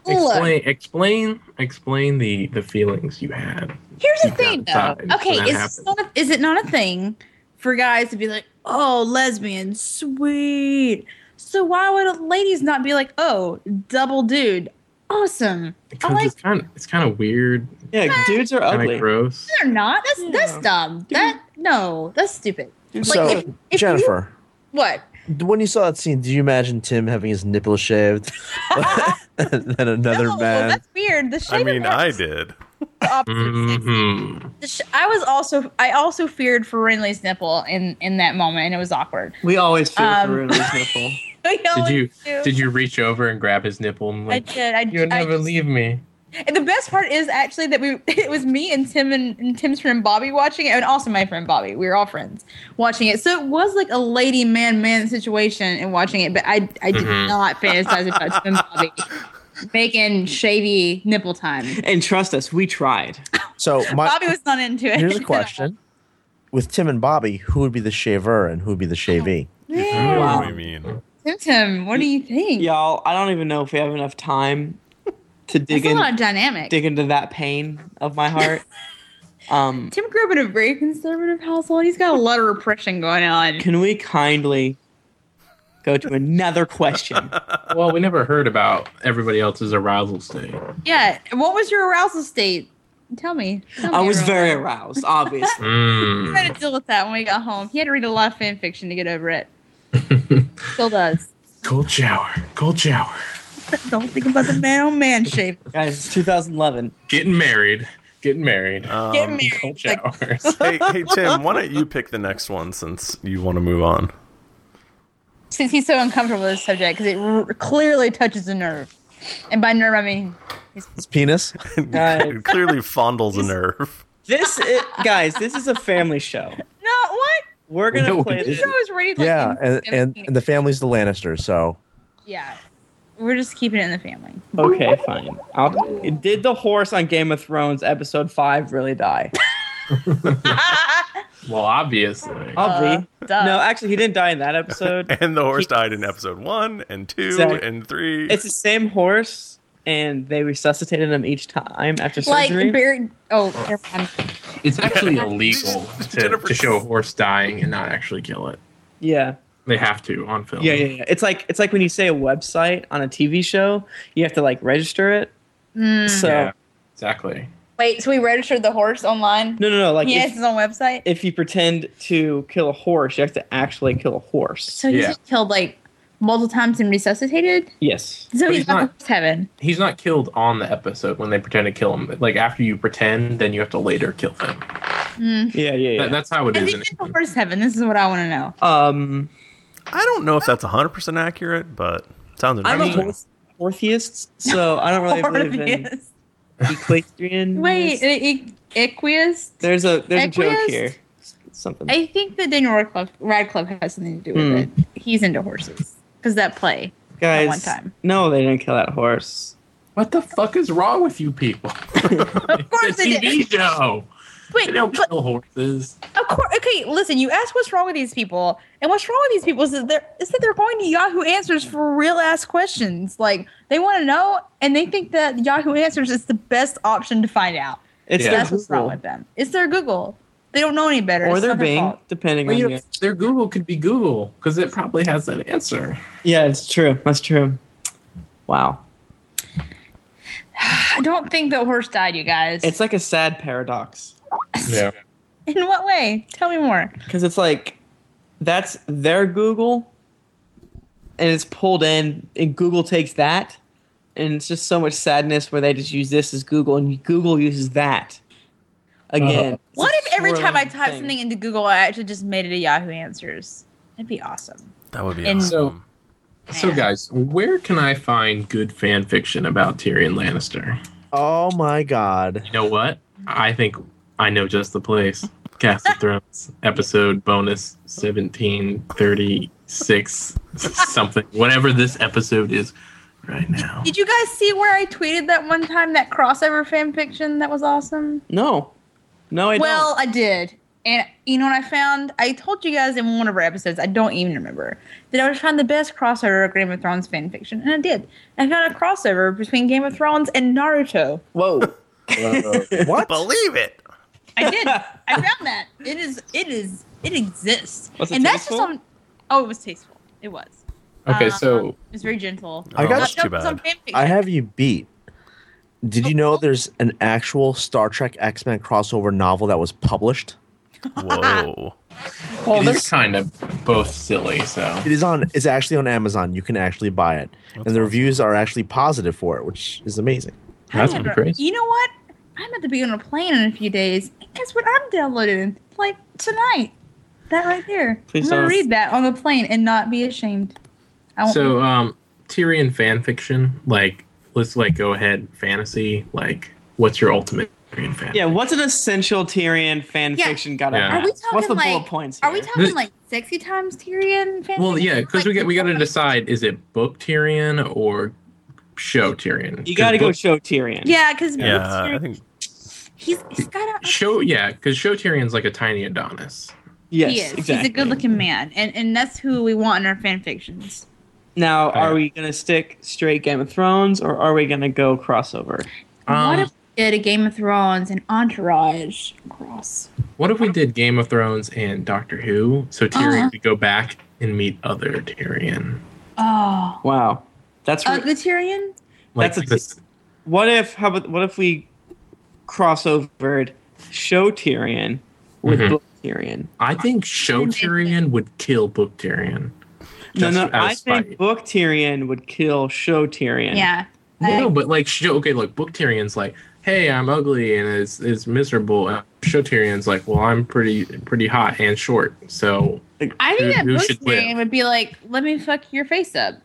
Speaker 2: Look,
Speaker 1: Explain, explain, explain the the feelings you had.
Speaker 2: here's the
Speaker 1: you
Speaker 2: thing, though.
Speaker 1: got vibes when
Speaker 2: Okay,
Speaker 1: that
Speaker 2: is this
Speaker 1: happens.
Speaker 2: not a, is it not a thing for guys to be like, oh, lesbian, sweet? So why would ladies not be like, oh, double dude, awesome?
Speaker 1: Because
Speaker 2: like-
Speaker 1: it's kind of it's kind of weird,
Speaker 4: Yeah, dudes are
Speaker 1: kind of
Speaker 4: ugly.
Speaker 1: gross.
Speaker 2: They're not. That's that's
Speaker 4: Yeah.
Speaker 2: dumb. That no, that's stupid. Like,
Speaker 3: so,
Speaker 2: if- if you-
Speaker 3: Jennifer,
Speaker 2: What?
Speaker 3: when you saw that scene, did you imagine Tim having his nipple shaved? and then another
Speaker 2: no,
Speaker 3: man.
Speaker 2: that's weird. The
Speaker 5: I
Speaker 2: shaving
Speaker 5: mean, I
Speaker 2: works.
Speaker 5: did.
Speaker 2: The opposite sex.
Speaker 1: hmm
Speaker 2: The sh- I was also I also feared for Renly's nipple in in that moment, and it was awkward.
Speaker 4: We always feel
Speaker 2: Um,
Speaker 4: for Rudy's nipple.
Speaker 1: Did you did you reach over and grab his nipple and
Speaker 2: I
Speaker 1: like
Speaker 2: did. I,
Speaker 1: you'll
Speaker 2: I
Speaker 1: never
Speaker 2: just-
Speaker 1: leave me?
Speaker 2: And the best part is actually that we it was me and Tim and, and Tim's friend Bobby watching it, and also my friend Bobby. We were all friends watching it, so it was like a lady man man situation and watching it. But I I did
Speaker 4: Mm-hmm.
Speaker 1: Mhm.
Speaker 2: not fantasize about Tim and Bobby making shavy nipple time.
Speaker 4: And trust us, we tried.
Speaker 3: So, my,
Speaker 2: Bobby was not into it.
Speaker 3: here's a question. With Tim and Bobby, who would be the shaver and who would be the shavee?
Speaker 2: Uh-huh. Yeah.
Speaker 4: Mm-hmm.
Speaker 5: What do we mean?
Speaker 2: Tim, Tim, what do you think?
Speaker 4: Y'all, I don't even know if we have enough time to dig
Speaker 2: That's a
Speaker 4: in,
Speaker 2: lot of dynamic.
Speaker 4: dig into that pain of my heart. um,
Speaker 2: Tim grew up in a very conservative household. He's got a lot of repression going on.
Speaker 4: can we kindly go to another question?
Speaker 1: Well, we never heard about everybody else's arousal state.
Speaker 2: Yeah. What was your arousal state? Tell me. Tell
Speaker 4: I
Speaker 2: me,
Speaker 4: was
Speaker 2: everyone.
Speaker 4: very aroused, obviously.
Speaker 2: He
Speaker 1: Mm.
Speaker 2: had to deal with that when we got home. He had to read a lot of fan fiction to get over it. Still does.
Speaker 1: Cold shower. Cold shower.
Speaker 2: Don't think about the man on man shape.
Speaker 4: Guys, it's 2011.
Speaker 1: Getting married. Getting married.
Speaker 5: Um,
Speaker 2: Get married.
Speaker 1: Cold
Speaker 2: Like,
Speaker 1: showers.
Speaker 5: hey, hey, Tim, why don't you pick the next one since you want to move on?
Speaker 2: since he's so uncomfortable with this subject, because it r- clearly touches a nerve. And by nerve, I mean
Speaker 3: His penis?
Speaker 4: Guys.
Speaker 5: Clearly fondles a nerve.
Speaker 4: This is, guys, this is a family show.
Speaker 2: no. What?
Speaker 4: We're gonna
Speaker 1: No,
Speaker 4: play
Speaker 1: it
Speaker 2: This
Speaker 4: this.
Speaker 2: show is rated. Like,
Speaker 3: yeah,
Speaker 2: in-
Speaker 3: and, and, and the family's the Lannister, so.
Speaker 2: yeah. We're just keeping it in the family.
Speaker 4: Okay, fine. I'll, did the horse on Game of Thrones episode five really die?
Speaker 1: Well, obviously.
Speaker 4: I'll be.
Speaker 2: Uh, duh.
Speaker 4: No, actually, he didn't die in that episode.
Speaker 5: And the horse
Speaker 4: He-
Speaker 5: died in episode one and two
Speaker 4: Exactly.
Speaker 5: and three.
Speaker 4: It's the same horse, and they resuscitated him each time after
Speaker 2: Like
Speaker 4: surgery.
Speaker 2: buried. Oh, never mind.
Speaker 1: It's actually illegal to,
Speaker 5: Jennifer-
Speaker 1: to show a horse dying and not actually kill it.
Speaker 4: yeah.
Speaker 1: They have to on film.
Speaker 4: yeah, yeah, yeah. It's like it's like when you say a website on a TV show, you have to like register it.
Speaker 2: Mm.
Speaker 4: So
Speaker 1: Yeah, exactly.
Speaker 2: Wait, so we registered the horse online?
Speaker 4: no, no, no. Like
Speaker 2: he has
Speaker 4: if,
Speaker 2: his own website.
Speaker 4: if you pretend to kill a horse, you have to actually kill a horse.
Speaker 2: so he's
Speaker 1: Yeah.
Speaker 2: just killed like multiple times and resuscitated.
Speaker 4: Yes.
Speaker 1: But
Speaker 2: So he's,
Speaker 1: he's
Speaker 2: not
Speaker 1: not-
Speaker 2: horse heaven.
Speaker 1: He's not killed on the episode when they pretend to kill him. Like after you pretend, then you have to later kill him.
Speaker 2: Mm.
Speaker 4: Yeah, yeah,
Speaker 1: That,
Speaker 4: yeah.
Speaker 1: that's how it
Speaker 2: Has
Speaker 1: is.
Speaker 2: he
Speaker 1: in
Speaker 2: been to horse heaven? This is what I want to know.
Speaker 4: Um,
Speaker 5: I don't know if that's 100% accurate, but sounds
Speaker 4: I'm a
Speaker 5: interesting.
Speaker 4: horse, hortheist, so I don't really believe in
Speaker 2: Orpheus.
Speaker 4: equestrian.
Speaker 2: Wait, e- e- Equus?
Speaker 4: There's a there's a joke
Speaker 2: Equus?
Speaker 4: here. Something.
Speaker 2: I think that Daniel Radcliffe, Radcliffe has something to do with
Speaker 4: Hmm.
Speaker 2: it. He's into horses because that play.
Speaker 4: Guys,
Speaker 2: one time.
Speaker 4: no, they didn't kill that horse.
Speaker 1: What the fuck is wrong with you people?
Speaker 2: Of course
Speaker 1: it's a
Speaker 2: they did.
Speaker 1: TV show. They
Speaker 2: Wait,
Speaker 1: don't
Speaker 2: but
Speaker 1: kill horses.
Speaker 2: of course. Okay, listen. You asked what's wrong with these people, and what's wrong with these people is that they're is that they're going to Yahoo Answers for real ass questions. Like they want to know, and they think that Yahoo Answers is the best option to find out.
Speaker 4: It's
Speaker 1: Yeah.
Speaker 4: their
Speaker 2: That's what's wrong
Speaker 4: Google,
Speaker 2: with them. It's their Google. They don't know any better.
Speaker 4: or
Speaker 2: It's
Speaker 4: their
Speaker 2: not their
Speaker 4: Bing,
Speaker 2: fault.
Speaker 4: depending
Speaker 1: Well,
Speaker 4: on
Speaker 1: you
Speaker 4: you.
Speaker 1: their Google could be Google because it probably has that answer.
Speaker 4: Yeah, it's true. That's true. Wow.
Speaker 2: I don't think the horse died, you guys.
Speaker 4: It's like a sad paradox
Speaker 1: Yeah.
Speaker 2: In what way? Tell me more.
Speaker 4: because it's like that's their Google and it's pulled in, and Google takes that. And it's just so much sadness where they just use this as Google and Google uses that again.
Speaker 1: Uh,
Speaker 4: It's
Speaker 2: What
Speaker 4: a
Speaker 2: if every time I
Speaker 4: swirling
Speaker 2: type
Speaker 4: thing.
Speaker 2: something into Google, I actually just made it a Yahoo Answers? That'd be awesome.
Speaker 5: That would be
Speaker 2: And-
Speaker 5: awesome.
Speaker 1: So, guys, where can I find good fan fiction about Tyrion Lannister?
Speaker 3: Oh my god.
Speaker 1: You know what? I think I know just the place. Cast of Thrones episode bonus seventeen thirty six something whatever this episode is right now.
Speaker 2: Did you guys see where I tweeted that one time that crossover fan fiction that was awesome?
Speaker 4: No, no, I
Speaker 2: well, I did. And you know what I found? I told you guys in one of our episodes, I don't even remember, that I was trying the best crossover of Game of Thrones fan fiction. And I did. I found a crossover between Game of Thrones and Naruto.
Speaker 4: don't. Whoa.
Speaker 1: Uh,
Speaker 3: What?
Speaker 5: Believe it.
Speaker 2: I did. I found that. It is it is it exists.
Speaker 4: Was it
Speaker 2: and that's
Speaker 4: tasteful?
Speaker 2: just on Oh, it was tasteful. It was.
Speaker 1: Okay,
Speaker 2: Um,
Speaker 1: so
Speaker 2: it was very gentle.
Speaker 3: I
Speaker 5: Oh,
Speaker 3: got-
Speaker 5: that's
Speaker 2: Uh,
Speaker 5: too
Speaker 2: no, it was on
Speaker 5: bad.
Speaker 2: fan fiction.
Speaker 3: I have you beat. Did you know there's an actual Star Trek X Men crossover novel that was published?
Speaker 5: Whoa.
Speaker 1: it
Speaker 4: there's-
Speaker 1: is kind of both silly. So
Speaker 3: It is on. It's actually on Amazon. You can actually buy it, and the reviews are actually positive for it, which is amazing.
Speaker 1: that's
Speaker 2: However,
Speaker 1: pretty crazy.
Speaker 2: You know what? I'm about to be on a plane in a few days. And guess what I'm downloading? Like tonight. That right there.
Speaker 4: Please
Speaker 2: I'm gonna
Speaker 4: don't.
Speaker 2: read that on the plane and not be ashamed. I won't
Speaker 1: So um, Tyrion fan fiction, like let's like go ahead fantasy. Like, what's your ultimate Tyrion fan?
Speaker 4: Yeah, what's an essential Tyrion fan
Speaker 2: Yeah.
Speaker 4: fiction got to
Speaker 1: Yeah.
Speaker 4: have?
Speaker 2: are we talking
Speaker 4: what's the
Speaker 2: like,
Speaker 4: bullet points?
Speaker 2: Are we
Speaker 4: here?
Speaker 2: talking
Speaker 1: This-
Speaker 2: like sexy times Tyrion fan
Speaker 1: Well,
Speaker 2: fiction?
Speaker 1: yeah, because we
Speaker 2: Like,
Speaker 1: got we got to decide: is it book Tyrion or show Tyrion?
Speaker 4: You got to
Speaker 1: 'Cause
Speaker 4: go
Speaker 1: book-
Speaker 4: show Tyrion.
Speaker 2: Yeah, because
Speaker 5: Yeah, I think
Speaker 2: he's he's got a
Speaker 1: show. Yeah, because show Tyrion's like a tiny Adonis.
Speaker 4: Yes,
Speaker 2: he is.
Speaker 4: exactly.
Speaker 2: He's a good looking man. And and that's who we want in our fan fictions.
Speaker 4: Now,
Speaker 1: yeah.
Speaker 4: are we going to stick straight Game of Thrones or are we going to go crossover?
Speaker 1: Um,
Speaker 2: what if we did a Game of Thrones and Entourage cross?
Speaker 1: What if we did Game of Thrones and Doctor Who? So Tyrion
Speaker 2: Uh-huh.
Speaker 1: could go back and meet other Tyrion.
Speaker 2: Oh.
Speaker 4: Wow. That's
Speaker 2: Uh,
Speaker 4: re-
Speaker 2: the Tyrion?
Speaker 1: Like
Speaker 4: That's a-
Speaker 1: this,
Speaker 4: What if how about what if we crossovered show Tyrion with
Speaker 1: Mhm.
Speaker 4: book Tyrion?
Speaker 1: I think show Tyrion would kill book Tyrion.
Speaker 4: No,
Speaker 1: Just
Speaker 4: no,
Speaker 1: out of
Speaker 4: I
Speaker 1: spite.
Speaker 4: think book Tyrion would kill show Tyrion.
Speaker 2: Yeah.
Speaker 1: No, but like show okay, look, book Tyrion's like, hey, I'm ugly and it's it's miserable. And show Tyrion's like, well, I'm pretty pretty hot and short, so
Speaker 2: I think
Speaker 1: Who-
Speaker 2: that
Speaker 1: who
Speaker 2: book
Speaker 1: should
Speaker 2: Tyrion
Speaker 1: win?
Speaker 2: would be like, let me fuck your face up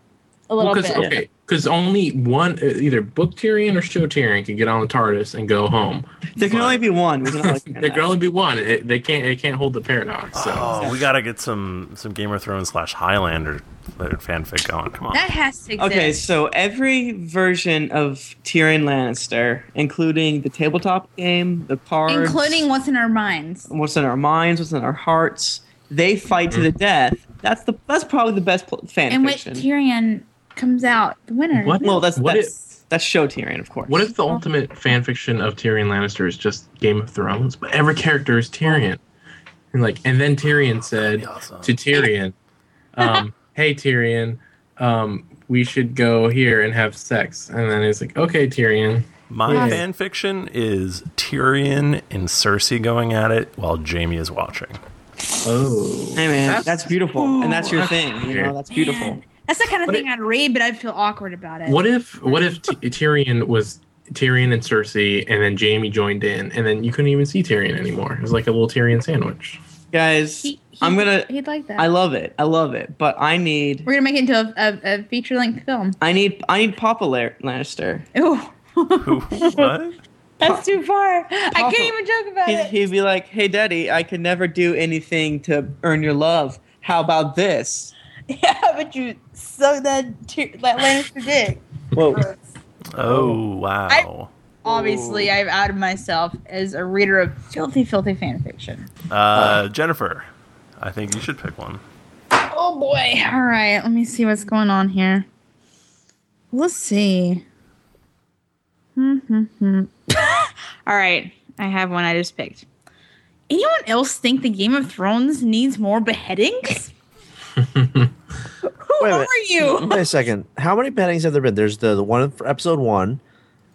Speaker 2: a
Speaker 1: Well,
Speaker 2: little
Speaker 1: 'cause-
Speaker 2: bit.
Speaker 1: okay, because only one uh, either book Tyrion or show Tyrion can get on the TARDIS and go home.
Speaker 4: There can only be one. There's not like
Speaker 1: There can only be one. It, they can't. It can't hold the paradox. So
Speaker 5: Oh, we gotta get some some Game of Thrones slash Highlander fanfic going. Come on.
Speaker 2: That has to exist.
Speaker 4: Okay, so every version of Tyrion Lannister, including the tabletop game, the cards,
Speaker 2: Including what's in our minds.
Speaker 4: what's in our minds, what's in our hearts, they fight
Speaker 1: Mm-hmm.
Speaker 4: to the death. That's the that's probably the best pl- fan
Speaker 2: In which
Speaker 4: fiction.
Speaker 2: Tyrion comes out the winner.
Speaker 1: What?
Speaker 4: well, that's
Speaker 1: What
Speaker 4: that's, that's show Tyrion, of course.
Speaker 1: what if the ultimate fan fiction of Tyrion Lannister is just Game of Thrones, but every character is Tyrion, and like, and then Tyrion said
Speaker 5: Oh, awesome.
Speaker 1: to Tyrion, um, "Hey Tyrion, um, we should go here and have sex." And then he's like, "Okay, Tyrion."
Speaker 5: My
Speaker 1: Yeah.
Speaker 5: fan fiction is Tyrion and Cersei going at it while Jamie is watching.
Speaker 1: Oh,
Speaker 4: Hey man, that's, beautiful, and that's your
Speaker 1: Ooh,
Speaker 4: thing. You know,
Speaker 1: weird.
Speaker 4: that's beautiful.
Speaker 2: Man, that's the kind of
Speaker 1: What
Speaker 2: thing I'd read, but I'd feel awkward about it.
Speaker 1: What if what if T- Tyrion was Tyrion and Cersei, and then Jamie joined in, and then you couldn't even see Tyrion anymore? It was like a little Tyrion sandwich.
Speaker 4: Guys,
Speaker 2: He- he-
Speaker 4: I'm gonna.
Speaker 2: He'd like that.
Speaker 4: I love it. I love it. But I need,
Speaker 2: We're gonna make it into a, a, a feature length film.
Speaker 4: I need, I need Papa La- Lannister.
Speaker 2: Ooh,
Speaker 5: Who?
Speaker 1: uh,
Speaker 5: What?
Speaker 2: that's too far. I can't even joke about
Speaker 4: He'd,
Speaker 2: it.
Speaker 4: he'd be like, "Hey, Daddy, I can never do anything to earn your love. How about this?"
Speaker 2: yeah, but you suck that tear, that Lannister dick.
Speaker 4: Whoa.
Speaker 5: Oh wow.
Speaker 2: Obviously, I've outed myself as a reader of filthy, filthy fan fiction.
Speaker 5: Uh, Jennifer, I think you should pick one.
Speaker 2: Oh boy! All right, let me see what's going on here. Let's see. Hmm, hmm, hmm. All right, I have one I just picked. Anyone else think the Game of Thrones needs more beheadings? Who
Speaker 3: Wait a
Speaker 2: are
Speaker 3: minute.
Speaker 2: you?
Speaker 3: Wait a second. How many beheadings have there been? There's the, the one for episode one,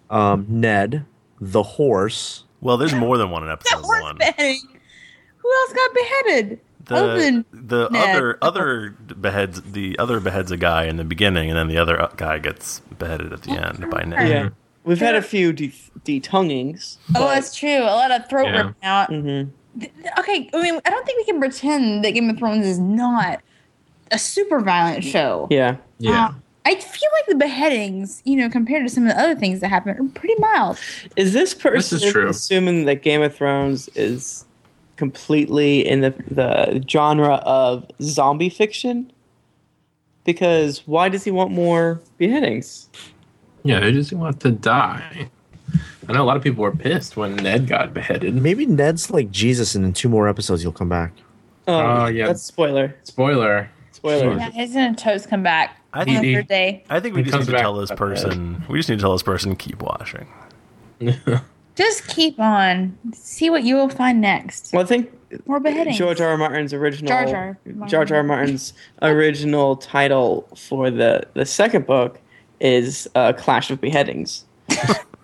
Speaker 3: um, Ned, the horse.
Speaker 5: Well, there's more than one in
Speaker 2: that
Speaker 5: episode
Speaker 2: horse
Speaker 5: one.
Speaker 2: beheading. Who else got beheaded? Other
Speaker 5: The
Speaker 2: than
Speaker 5: the
Speaker 2: Ned.
Speaker 5: other other beheads the other beheads a guy in the beginning, and then the other guy gets beheaded at the end by Ned.
Speaker 4: Yeah, we've had a few de- detongings.
Speaker 2: oh, that's true. A lot of throat
Speaker 1: Yeah.
Speaker 2: ripping out.
Speaker 4: Mm-hmm.
Speaker 2: Th- th- Okay, I mean, I don't think we can pretend that Game of Thrones is not a super violent show.
Speaker 4: Yeah.
Speaker 1: Yeah.
Speaker 2: Uh, I feel like the beheadings, you know, compared to some of the other things that happen, are pretty mild.
Speaker 4: Is this person
Speaker 1: is true.
Speaker 4: assuming that Game of Thrones is completely in the, the genre of zombie fiction? Because why does he want more beheadings?
Speaker 1: yeah, they just want to die. I know a lot of people were pissed when Ned got beheaded.
Speaker 3: Maybe Ned's like Jesus, and in two more episodes he'll come back.
Speaker 4: Oh,
Speaker 1: Oh, yeah.
Speaker 4: That's spoiler.
Speaker 1: Spoiler.
Speaker 4: Spoiler.
Speaker 2: Yeah, isn't a toast come back
Speaker 5: I
Speaker 2: on
Speaker 5: think-
Speaker 2: the third day?
Speaker 5: I think we
Speaker 1: It
Speaker 5: just
Speaker 1: comes
Speaker 5: need to
Speaker 1: back
Speaker 5: tell this
Speaker 1: up there.
Speaker 5: person. We just need to tell this person keep watching.
Speaker 2: Just keep on. See what you will find next.
Speaker 4: Well, I think
Speaker 2: More beheadings.
Speaker 4: George R. R. Martin's original
Speaker 6: Jar Jar Martin.
Speaker 4: George R. R. Martin's original title for the the second book is uh, Clash of Beheadings.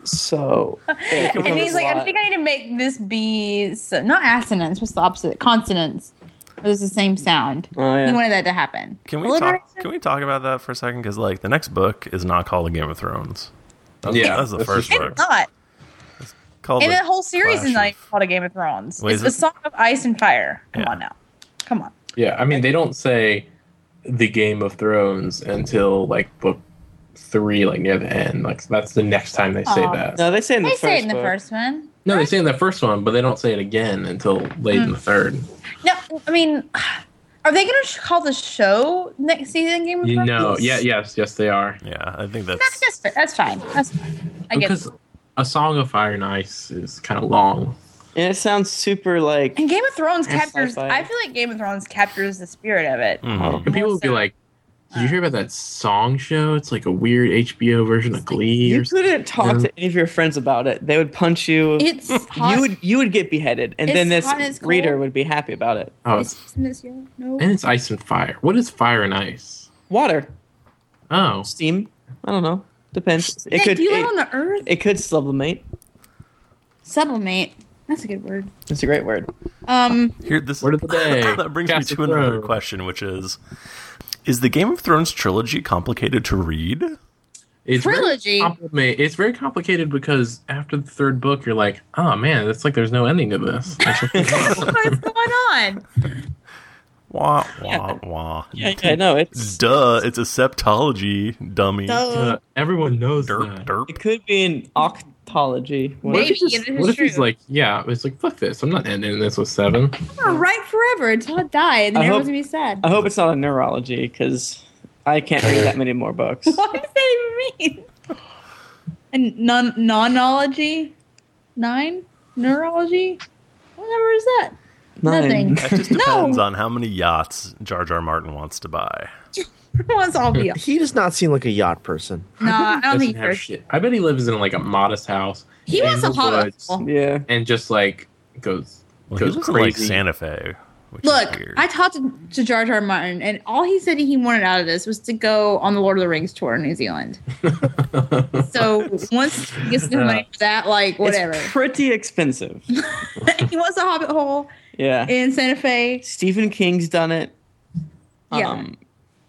Speaker 4: so
Speaker 2: and he's like, I think I need to make this be so, not assonance. What's the opposite? Consonants. It was the same sound.
Speaker 4: Oh, yeah.
Speaker 2: He wanted that to happen.
Speaker 5: Can we
Speaker 2: Alliteration?
Speaker 5: talk? Can we talk about that for a second? Because like the next book is not called Game of Thrones. That's,
Speaker 1: Yeah,
Speaker 5: that's the
Speaker 1: this
Speaker 5: first
Speaker 1: is-
Speaker 5: book.
Speaker 2: It's not.
Speaker 5: Called
Speaker 2: And
Speaker 5: the
Speaker 2: the whole series
Speaker 5: Clash
Speaker 2: is not
Speaker 5: of-
Speaker 2: even called a Game of Thrones.
Speaker 5: Wait,
Speaker 2: it's a
Speaker 5: is it-
Speaker 2: song of ice and fire. Come
Speaker 5: Yeah.
Speaker 2: on now. Come on.
Speaker 1: Yeah, I mean they don't say the Game of Thrones until like book three, like near the end. Like that's the next time they say
Speaker 2: Aw.
Speaker 1: that.
Speaker 4: no, they say in the
Speaker 2: They
Speaker 4: first.
Speaker 2: say it in the
Speaker 4: book.
Speaker 2: first one.
Speaker 1: No, they say in the first one, but they don't say it again until late in the third.
Speaker 2: No, I mean, are they going to call the show next season Game of
Speaker 1: You
Speaker 2: Thrones?
Speaker 1: know, yeah, yes, yes, they are.
Speaker 5: Yeah, I think
Speaker 2: That's,
Speaker 5: that's
Speaker 2: that's, fair. that's fine. That's fine. I get
Speaker 1: Because
Speaker 2: it.
Speaker 1: a Song of Fire and Ice is kind of long.
Speaker 4: And it sounds super like
Speaker 2: And Game of Thrones captures,
Speaker 4: sci-fi.
Speaker 2: I feel like Game of Thrones captures the spirit of it.
Speaker 5: Mhm.
Speaker 1: And people would be
Speaker 2: Also-
Speaker 1: like, "Did you hear about that song show? It's like a weird HBO version of Glee."
Speaker 4: you
Speaker 1: Or something.
Speaker 4: couldn't talk
Speaker 1: Yeah.
Speaker 4: to any of your friends about it. They would punch you.
Speaker 2: It's hot.
Speaker 4: you would you would get beheaded, and
Speaker 2: It's
Speaker 4: then this
Speaker 2: hot and it's cold.
Speaker 4: reader would be happy about it.
Speaker 1: Oh,
Speaker 2: Is
Speaker 1: it's,
Speaker 2: this in this year? No.
Speaker 1: and it's Ice and Fire. What is Fire and Ice?
Speaker 4: Water,
Speaker 1: Oh,
Speaker 4: steam. I don't know. Depends. It
Speaker 2: Nick,
Speaker 4: could
Speaker 2: do you live
Speaker 4: it-
Speaker 2: on the earth?
Speaker 4: it could sublimate.
Speaker 2: Sublimate. That's a good word.
Speaker 4: It's a great word.
Speaker 2: Um,
Speaker 5: here. This
Speaker 1: Word of the day.
Speaker 5: that brings
Speaker 1: Cast
Speaker 5: me
Speaker 1: of
Speaker 5: to another
Speaker 1: Thrones.
Speaker 5: question, which is: Is the Game of Thrones trilogy complicated to read?
Speaker 1: it's
Speaker 2: Trilogy.
Speaker 1: Very complima- it's very complicated because after the third book, you're like, "Oh man, it's like there's no ending to this."
Speaker 2: what's going on?
Speaker 5: Wah wah wah.
Speaker 4: Yeah, yeah, no, it's
Speaker 5: Duh! It's a septology, dummy.
Speaker 1: Uh, everyone knows
Speaker 5: Derp
Speaker 1: that.
Speaker 5: derp.
Speaker 4: it could be an octology.
Speaker 1: What if,
Speaker 2: Maybe,
Speaker 1: it's just-
Speaker 2: yeah, this is
Speaker 1: what if he's
Speaker 2: true.
Speaker 1: like, "Yeah, it's like fuck this. I'm not ending this with seven.
Speaker 2: I'm gonna write forever until I die, and then
Speaker 4: I hope-
Speaker 2: everyone's gonna be sad.
Speaker 4: I hope it's not a neurology because I can't read that many more books.
Speaker 2: what does that even mean? And non nonology, nine neurology. What number is that?
Speaker 4: Nine.
Speaker 2: Nothing.
Speaker 5: That just
Speaker 2: No.
Speaker 5: depends on how many yachts Jar Jar Martin wants to buy.
Speaker 2: Wants all be.
Speaker 3: He does not seem like a yacht person.
Speaker 2: No, I don't
Speaker 1: Doesn't
Speaker 2: think
Speaker 1: have
Speaker 2: he's
Speaker 1: shit. I bet he lives in like a modest house.
Speaker 2: He
Speaker 1: in
Speaker 2: wants
Speaker 1: the
Speaker 2: a hollow.
Speaker 1: woods
Speaker 4: Yeah.
Speaker 1: and just like goes
Speaker 5: Well, he
Speaker 1: goes
Speaker 5: lives in like
Speaker 1: crazy.
Speaker 5: Santa Fe. Which is
Speaker 2: Look,
Speaker 5: weird.
Speaker 2: I talked to, to Jar Jar Martin, and all he said he wanted out of this was to go on the Lord of the Rings tour in New Zealand. so once he gets the money for that, like whatever,
Speaker 4: It's pretty expensive.
Speaker 2: he wants a Hobbit hole
Speaker 4: Yeah.
Speaker 2: in Santa Fe.
Speaker 4: Stephen King's done it. Um,
Speaker 2: Yeah.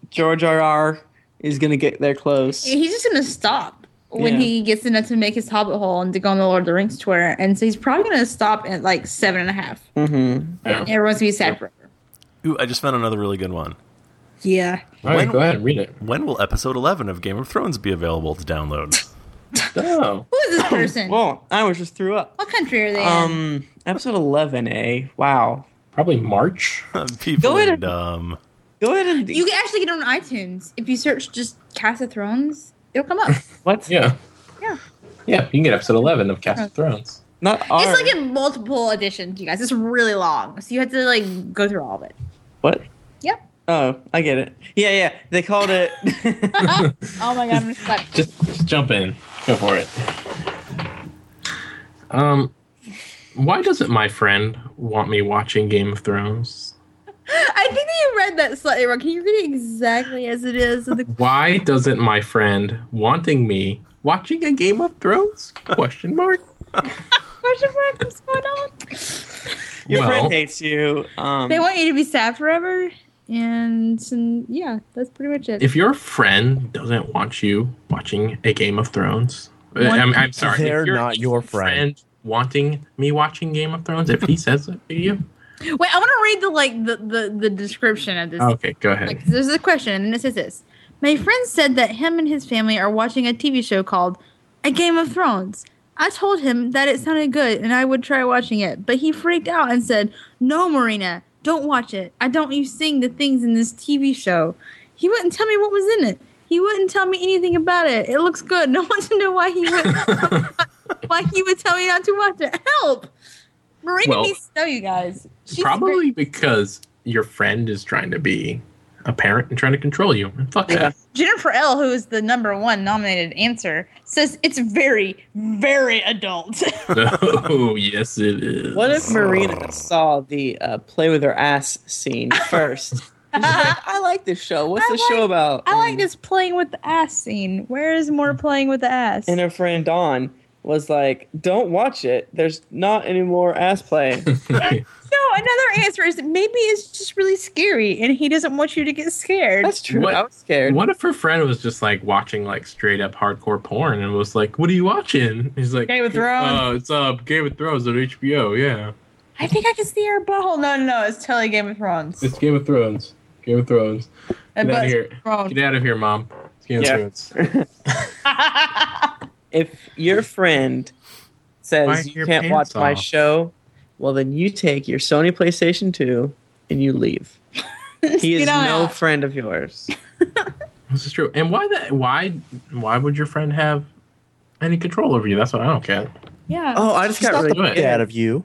Speaker 4: George R. R. is gonna get there close.
Speaker 2: He's just gonna stop when
Speaker 4: Yeah.
Speaker 2: he gets enough to make his Hobbit hole and to go on the Lord of the Rings tour, and so he's probably gonna stop at like seven and a half.
Speaker 4: Mm-hmm.
Speaker 1: Yeah.
Speaker 2: And everyone's gonna be sad forever.
Speaker 5: Ooh, I just found another really good one.
Speaker 2: Yeah,
Speaker 1: All right,
Speaker 5: When-
Speaker 1: go ahead and read it.
Speaker 5: When will episode 11 of Game of Thrones be available to download?
Speaker 1: Oh,
Speaker 2: who is this person?
Speaker 4: Well, I was just threw up.
Speaker 2: what country are they in?
Speaker 4: Um, episode eleven A. Wow.
Speaker 1: probably March.
Speaker 5: People
Speaker 4: Go ahead
Speaker 5: are
Speaker 4: and-
Speaker 5: dumb.
Speaker 4: Go ahead and
Speaker 2: You can actually get it on iTunes if you search just Cast of Thrones. It'll come up.
Speaker 4: what?
Speaker 1: Yeah.
Speaker 2: Yeah.
Speaker 1: Yeah, you can get episode 11 of Cast of Thrones.
Speaker 4: Not R.
Speaker 2: It's like in multiple editions, you guys. It's really long, so you have to like go through all of it.
Speaker 4: what?
Speaker 2: Yep.
Speaker 4: Oh, I get it. Yeah, yeah. They called it.
Speaker 2: oh my god, I'm just like,
Speaker 1: Just, just jump in. Go for it. Um, why doesn't my friend want me watching Game of Thrones?
Speaker 2: I think that you read that slightly wrong. Can you read it exactly as it is? in the-
Speaker 1: Why doesn't my friend wanting me watching a Game of Thrones? Question mark.
Speaker 2: Question mark? What's going on?
Speaker 4: Your
Speaker 1: Well-
Speaker 4: friend hates you. Um,
Speaker 2: They want you to be sad forever, and, and yeah, that's pretty much it.
Speaker 1: If your friend doesn't want you watching a Game of Thrones, uh, I'm, I'm sorry. if
Speaker 3: They're
Speaker 1: your
Speaker 3: not your friend.
Speaker 1: Friend wanting me watching Game of Thrones, if he says it to you,
Speaker 2: Wait, I want to read the like the, the the description of this.
Speaker 1: Okay, go ahead.
Speaker 2: Like, there's a question, and it says this: My friend said that him and his family are watching a TV show called A Game of Thrones. I told him that it sounded good and I would try watching it, but he freaked out and said, "No, Marina, don't watch it. I don't you sing the things in this TV show." He wouldn't tell me what was in it. He wouldn't tell me anything about it. It looks good. No one to know why he would why he would tell me not to watch it. Help! Marina
Speaker 1: Well,
Speaker 2: needs to know you guys. She's
Speaker 1: Probably
Speaker 2: great.
Speaker 1: because your friend is trying to be a parent and trying to control you. And fuck
Speaker 4: Yeah.
Speaker 1: that.
Speaker 2: Jennifer L, who is the number one nominated answer, says it's very, very adult.
Speaker 1: oh, yes, it is.
Speaker 4: What if Marina saw the uh, play with her ass scene first? She's like, I like this show. What's
Speaker 2: I
Speaker 4: the show
Speaker 2: like-
Speaker 4: about?
Speaker 2: I like
Speaker 4: And-
Speaker 2: this playing with the ass scene. Where is more playing with the ass?
Speaker 4: And her friend Dawn was like, "Don't watch it. There's not any more ass play."
Speaker 2: no, another answer is maybe it's just really scary and he doesn't want you to get scared.
Speaker 4: That's true.
Speaker 1: What-
Speaker 4: I was scared.
Speaker 1: What if her friend was just like watching like straight up hardcore porn and was like, "What are you watching?" He's like,
Speaker 2: Game of Thrones.
Speaker 1: Oh, it's uh, Game of Thrones on HBO. Yeah,
Speaker 2: I think I can see her butthole. No, no, no. It's totally Game of Thrones.
Speaker 1: it's Game of Thrones. Game of Thrones. Get
Speaker 2: A
Speaker 1: out
Speaker 2: butt-
Speaker 1: of here.
Speaker 2: Thrones.
Speaker 1: Get out of here, mom. It's Game
Speaker 4: Yeah.
Speaker 1: of Thrones.
Speaker 4: if your friend
Speaker 1: Why
Speaker 4: says you
Speaker 1: your
Speaker 4: can't watch
Speaker 1: pants
Speaker 4: my
Speaker 1: off?
Speaker 4: show, well then you take your Sony PlayStation 2 and you leave. he is
Speaker 2: Get on
Speaker 4: no
Speaker 2: out.
Speaker 4: friend of yours.
Speaker 1: This is true. And why that? Why? Why would your friend have any control over you? That's what I don't get.
Speaker 2: yeah.
Speaker 4: Oh, I just
Speaker 3: She's
Speaker 4: got
Speaker 3: not
Speaker 4: really
Speaker 1: the
Speaker 3: Get out
Speaker 4: scared.
Speaker 3: of you.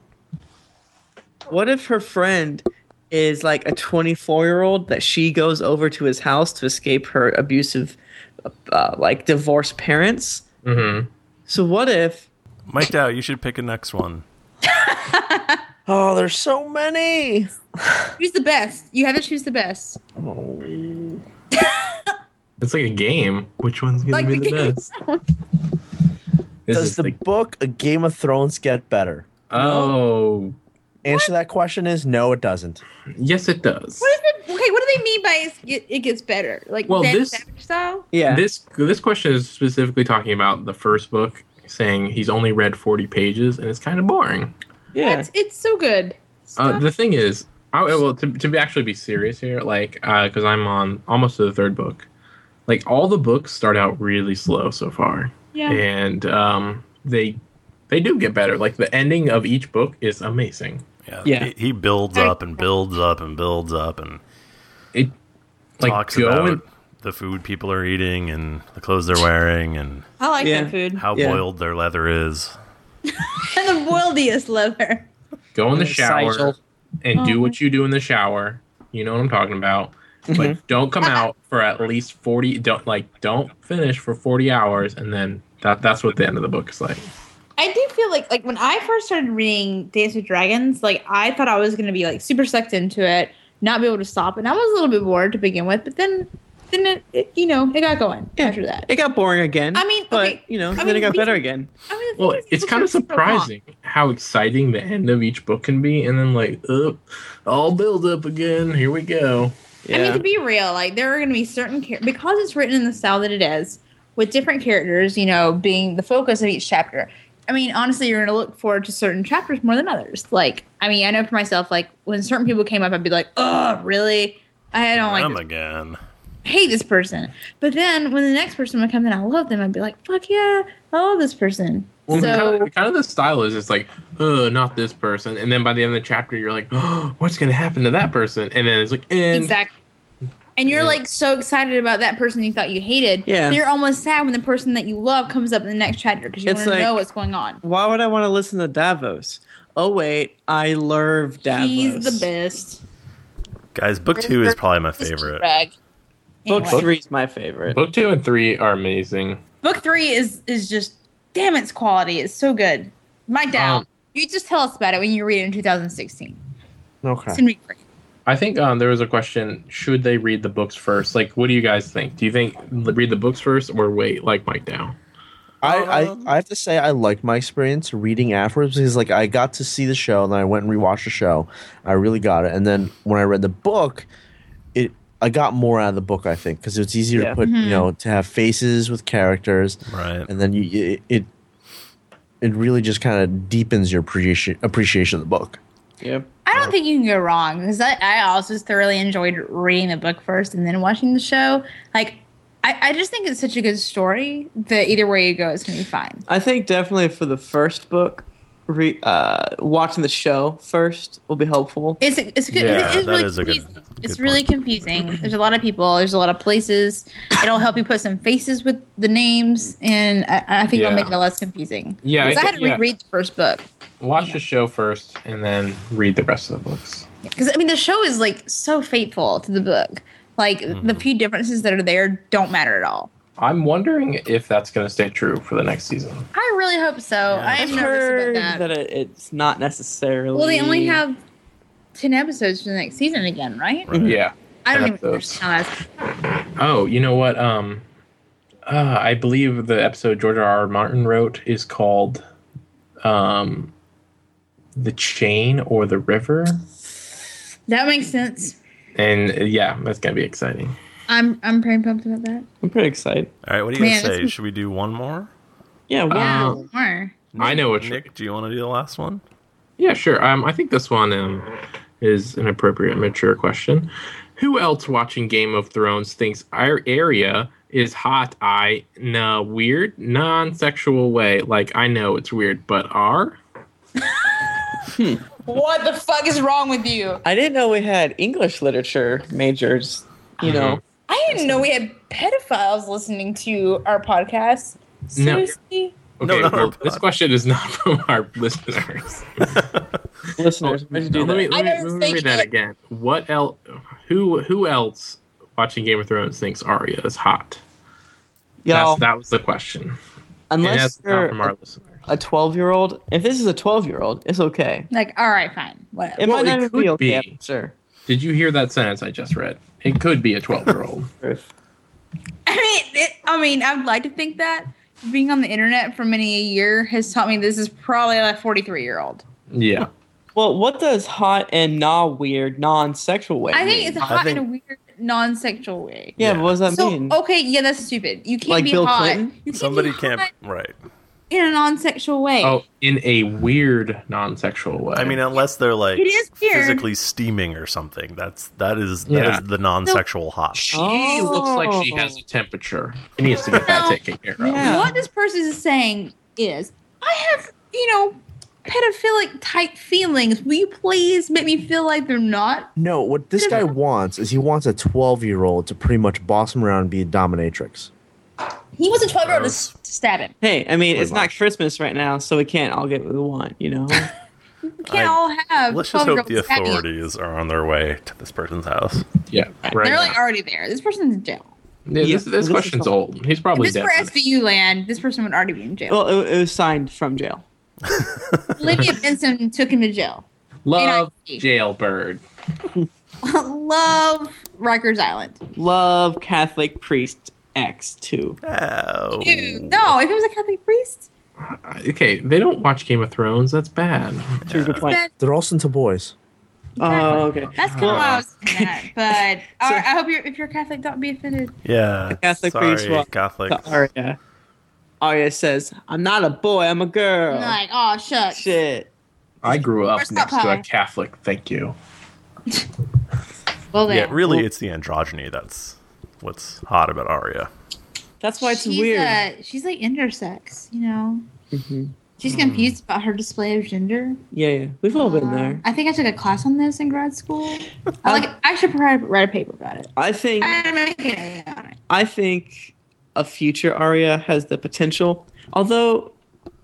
Speaker 4: What if her friend is like a 24 year old that she goes over to his house to escape her abusive, uh, like divorced parents?
Speaker 1: Mm-hmm.
Speaker 4: So what if?
Speaker 5: Mike Dow, you should pick a next one.
Speaker 3: Oh, there's so many.
Speaker 2: Choose the best. You have to choose the best.
Speaker 1: It's like a game. Which one's gonna
Speaker 2: Like
Speaker 1: be
Speaker 2: the
Speaker 1: the,
Speaker 2: game.
Speaker 1: best? This
Speaker 3: Does
Speaker 1: is
Speaker 3: the book A Game of Thrones get better?
Speaker 1: oh
Speaker 3: Answer that question is no, it doesn't.
Speaker 1: yes, it does.
Speaker 2: What is it? Okay, what do they mean by it's, it, it gets better? Like
Speaker 1: Well,
Speaker 2: Savage
Speaker 1: this-
Speaker 2: Savage style?
Speaker 4: Yeah.
Speaker 1: This this question is specifically talking about the first book, saying he's only read forty pages and it's kind of boring.
Speaker 4: yeah.
Speaker 2: It's, it's so good.
Speaker 1: Uh, the thing is, I, well, to, to be- actually be serious here, like because I'm on almost to the third book, like all the books start out really slow so far,
Speaker 2: yeah.
Speaker 1: and um, they they do get better. Like the ending of each book is amazing.
Speaker 5: Yeah.
Speaker 4: Yeah.
Speaker 5: He, he builds up and builds up and builds up and
Speaker 1: It like
Speaker 5: talks
Speaker 1: go
Speaker 5: about
Speaker 1: and
Speaker 5: the food people are eating and the clothes they're wearing and
Speaker 2: I like
Speaker 4: Yeah.
Speaker 2: that food.
Speaker 5: how
Speaker 4: Yeah.
Speaker 5: boiled their leather is.
Speaker 2: And the boilediest leather.
Speaker 1: go in the shower.
Speaker 4: Sigil.
Speaker 1: and do what
Speaker 2: Mm-hmm.
Speaker 1: you do in the shower. You know what I'm talking about. But don't come out for at least 40 don't like don't finish for 40 hours and then that that's what the end of the book is like.
Speaker 2: I do feel like like when I first started reading Dance with Dragons, like I thought I was gonna be like super sucked into it, not be able to stop, and I was a little bit bored to begin with, but then then it, it you know it got going
Speaker 4: Yeah.
Speaker 2: after that.
Speaker 4: It got boring again.
Speaker 2: I mean,
Speaker 4: but
Speaker 2: okay.
Speaker 4: you know,
Speaker 2: I
Speaker 4: then
Speaker 2: mean,
Speaker 4: it got
Speaker 2: we-
Speaker 4: better again.
Speaker 2: I mean, the thing
Speaker 1: Well,
Speaker 2: is,
Speaker 1: it's
Speaker 2: books
Speaker 1: kind
Speaker 2: are
Speaker 1: of
Speaker 2: so long.
Speaker 1: surprising how exciting the end of each book can be and then like up all build up again. Here we go.
Speaker 4: Yeah.
Speaker 2: I mean, to be real, like there are going to be certain char- because it's written in the style that it is, with different characters, you know, being the focus of each chapter. I mean, honestly, you're going to look forward to certain chapters more than others. Like, I mean, I know for myself, like when certain people came up, I'd be like, "Oh, really? I don't like
Speaker 5: Them
Speaker 2: this
Speaker 5: again.
Speaker 2: hate this person. But then when the next person would come in, I love them. I'd be like, fuck yeah, I love this person.
Speaker 1: Well, kind,
Speaker 2: so
Speaker 1: of, kind of the style is it's like, oh, not this person, and then by the end of the chapter, you're like, oh, what's going to happen to that person? And then it's like, and
Speaker 2: exactly. And you're
Speaker 1: Yeah.
Speaker 2: like so excited about that person you thought you hated.
Speaker 4: Yeah.
Speaker 2: But you're almost sad when the person that you love comes up in the next chapter because you
Speaker 4: It's
Speaker 2: want to
Speaker 4: like-
Speaker 2: know what's going on.
Speaker 4: Why would I want to listen to Davos? Oh wait, I love Davos.
Speaker 2: He's the best.
Speaker 5: Guys, book two is probably my favorite.
Speaker 2: Drag.
Speaker 4: Book
Speaker 2: Anyway.
Speaker 4: three's my favorite.
Speaker 1: book 2 and 3 are amazing.
Speaker 2: Book three is is just damn its quality. It's so good. My down.
Speaker 1: Um,
Speaker 2: you just tell us about it when you read it in 2016. It's
Speaker 3: Okay.
Speaker 2: gonna be great.
Speaker 1: I think um, there was a question: Should they read the books first? Like, what do you guys think? Do you think read the books first or wait, like Mike Dow?
Speaker 3: I, I, I have to say I liked my experience reading afterwards because like I got to see the show and then I went and rewatched the show. I really got it. And then when I read the book, it I got more out of the book I think because it's easier
Speaker 4: Yeah.
Speaker 3: to put you know to have faces with characters
Speaker 5: Right.
Speaker 3: and then you- you it it really just kind of deepens your appreciation appreciation of the book.
Speaker 4: Yeah.
Speaker 2: I don't think you can go wrong because I, I also thoroughly enjoyed reading the book first and then watching the show. Like, I, I just think it's such a good story that either way you go, it's going to be fine.
Speaker 4: I think definitely for the first book, re- uh, watching the show first will be helpful.
Speaker 2: It's it's good.
Speaker 5: Yeah,
Speaker 2: it's, it's
Speaker 5: that
Speaker 2: really
Speaker 5: is a good-
Speaker 2: confusing. it's
Speaker 5: good
Speaker 2: really
Speaker 5: point.
Speaker 2: confusing. There's a lot of people. There's a lot of places. It'll help you put some faces with the names, and I, I think it'll
Speaker 1: Yeah.
Speaker 2: make it less confusing.
Speaker 1: Yeah,
Speaker 2: because
Speaker 1: I-
Speaker 2: I, had to
Speaker 1: yeah.
Speaker 2: reread the first book.
Speaker 1: Watch the show first and then read the rest of the books.
Speaker 2: because I mean the show is like so faithful to the book. Like
Speaker 5: Mm-hmm.
Speaker 2: the few differences that are there don't matter at all.
Speaker 1: I'm wondering if that's going to stay true for the next season.
Speaker 2: I really hope so. I am
Speaker 4: I've
Speaker 2: nervous
Speaker 4: heard
Speaker 2: about that.
Speaker 4: that, it, it's not necessarily.
Speaker 2: well, they only have ten episodes for the next season again, right?
Speaker 5: Right.
Speaker 1: Yeah.
Speaker 2: I don't
Speaker 1: 10
Speaker 2: even
Speaker 1: episodes.
Speaker 2: understand how that's.
Speaker 1: Oh, you know what? Um, uh, I believe the episode George R. R. Martin wrote is called um, "The Chain" or "The River,"
Speaker 2: That makes sense.
Speaker 1: and uh, yeah, that's gonna be exciting.
Speaker 2: I'm I'm pretty pumped about that.
Speaker 4: I'm pretty excited.
Speaker 5: All right, what do you guys
Speaker 2: Man,
Speaker 5: say?
Speaker 2: it's-
Speaker 5: Should we do one more?
Speaker 4: Yeah.
Speaker 2: Yeah,
Speaker 4: Wow.
Speaker 1: Um,
Speaker 2: more.
Speaker 1: I know which.
Speaker 5: Nick, do you want to do the last one?
Speaker 1: Yeah, sure. Um, I think this one um, is an appropriate mature question. Who else watching Game of Thrones thinks our area is hot? I in a weird, non-sexual way. Like I know it's weird, but are
Speaker 2: What the fuck is wrong with you?
Speaker 4: I didn't know we had English literature majors. You
Speaker 1: Uh-huh.
Speaker 4: know,
Speaker 2: I didn't know we had pedophiles listening to our podcast. Seriously?
Speaker 1: okay.
Speaker 5: not our
Speaker 1: well, this
Speaker 5: pod.
Speaker 1: question is not from our listeners. Oh,
Speaker 4: listeners, why'd you do
Speaker 1: let me,
Speaker 4: that?
Speaker 1: let me,
Speaker 2: I don't
Speaker 1: let me
Speaker 2: think
Speaker 1: read that
Speaker 2: it-
Speaker 1: again. What el- Who who else watching Game of Thrones thinks Arya is hot?
Speaker 4: Y'all,
Speaker 1: That's, that was the question. and
Speaker 4: unless
Speaker 1: that's not
Speaker 4: you're
Speaker 1: from our listeners.
Speaker 4: a 12 year old, if this is a 12 year old, it's okay.
Speaker 2: Like, all right, fine, whatever.
Speaker 4: It
Speaker 1: Well,
Speaker 4: might
Speaker 1: it
Speaker 4: not even
Speaker 1: could
Speaker 4: be okay.
Speaker 1: be.
Speaker 4: I'm sure.
Speaker 1: Did you hear that sentence I just read? It could be a twelve-year-old.
Speaker 2: I mean, it, I mean, I'd like to think that being on the internet for many a year has taught me this is probably a 43 year old.
Speaker 1: yeah.
Speaker 4: Well, what does hot and na weird, non sexual way?
Speaker 2: I
Speaker 4: mean?
Speaker 2: think it's
Speaker 5: I
Speaker 2: hot
Speaker 5: think-
Speaker 2: in a weird, non sexual way.
Speaker 4: Yeah,
Speaker 5: Yeah.
Speaker 4: but what does that
Speaker 2: so, oh.
Speaker 4: mean?
Speaker 2: okay, yeah, that's stupid. You can't
Speaker 4: Like
Speaker 2: be
Speaker 4: Bill
Speaker 2: hot.
Speaker 4: Clinton?
Speaker 2: You can't
Speaker 5: Somebody
Speaker 2: be
Speaker 5: can't.
Speaker 2: hot
Speaker 5: Right.
Speaker 2: in a non sexual way.
Speaker 1: Oh, in a weird non-sexual way.
Speaker 5: I mean, uh, unless they're like
Speaker 2: It is weird.
Speaker 5: physically steaming or something. That's that is that is
Speaker 1: Yeah.
Speaker 5: the non-sexual hot.
Speaker 1: she
Speaker 4: Oh.
Speaker 1: looks like she has a temperature. She needs to get that
Speaker 2: Well,
Speaker 1: taken care of.
Speaker 4: yeah.
Speaker 2: What this person is saying is, I have, you know, pedophilic type feelings. Will you please make me feel like they're not?
Speaker 3: No, what this guy wants is he wants a 12 year old to pretty much boss him around and be a dominatrix.
Speaker 2: He was a 12 year old to
Speaker 5: Gross.
Speaker 2: s- to stab him.
Speaker 4: Hey, I mean, it's
Speaker 3: much.
Speaker 4: not Christmas right now, so we can't all get what we want, you know?
Speaker 2: We can't
Speaker 5: I-
Speaker 2: all have.
Speaker 5: Let's just
Speaker 2: 12 -year-olds
Speaker 5: hope the
Speaker 2: stabbing him.
Speaker 5: authorities are on their way to this person's house.
Speaker 1: Yeah, right.
Speaker 2: They're like
Speaker 1: now.
Speaker 2: already there. This person's in jail.
Speaker 1: Yeah, this,
Speaker 4: Yeah,
Speaker 1: this
Speaker 4: this is
Speaker 1: question's
Speaker 4: from-
Speaker 1: old. He's probably
Speaker 2: If
Speaker 1: dead.
Speaker 2: this were SVU land, this person would already be in jail.
Speaker 4: well, it, it was signed from jail.
Speaker 2: Olivia Benson took him to jail.
Speaker 1: Love
Speaker 2: NIC.
Speaker 1: jailbird.
Speaker 2: Love Rikers Island.
Speaker 4: Love Catholic Priest X2.
Speaker 5: Oh,
Speaker 2: Ew. No, if it was a Catholic priest,
Speaker 1: Uh, Okay, they don't watch Game of Thrones. That's bad.
Speaker 4: True, good point.
Speaker 2: that-
Speaker 3: They're all into boys.
Speaker 4: Oh, okay.
Speaker 2: that's kind of why I was
Speaker 4: uh,
Speaker 2: thinking that. But I, I hope you're, if you're Catholic, don't be offended.
Speaker 5: yeah.
Speaker 4: Catholic
Speaker 5: Sorry,
Speaker 4: priest walked
Speaker 5: Catholic.
Speaker 4: To Arya. Arya says, I'm not a boy, I'm a girl.
Speaker 2: I'm like, oh, shucks.
Speaker 4: Shit.
Speaker 1: I grew up
Speaker 2: Where's that
Speaker 1: next to a
Speaker 2: pie?
Speaker 1: Catholic. Thank you.
Speaker 2: Well, then.
Speaker 5: Yeah, really, it's the androgyny that's what's hot about Arya.
Speaker 4: That's why it's
Speaker 2: she's,
Speaker 4: weird.
Speaker 2: uh, she's like intersex, you know?
Speaker 4: Mhm.
Speaker 2: She's confused about her display of gender.
Speaker 4: Yeah, yeah. We've all been there.
Speaker 2: I think I took a class on this in grad school. I, like, I should probably write a paper about it.
Speaker 4: I think
Speaker 2: I'm making it on it.
Speaker 4: I think a future Arya has the potential. Although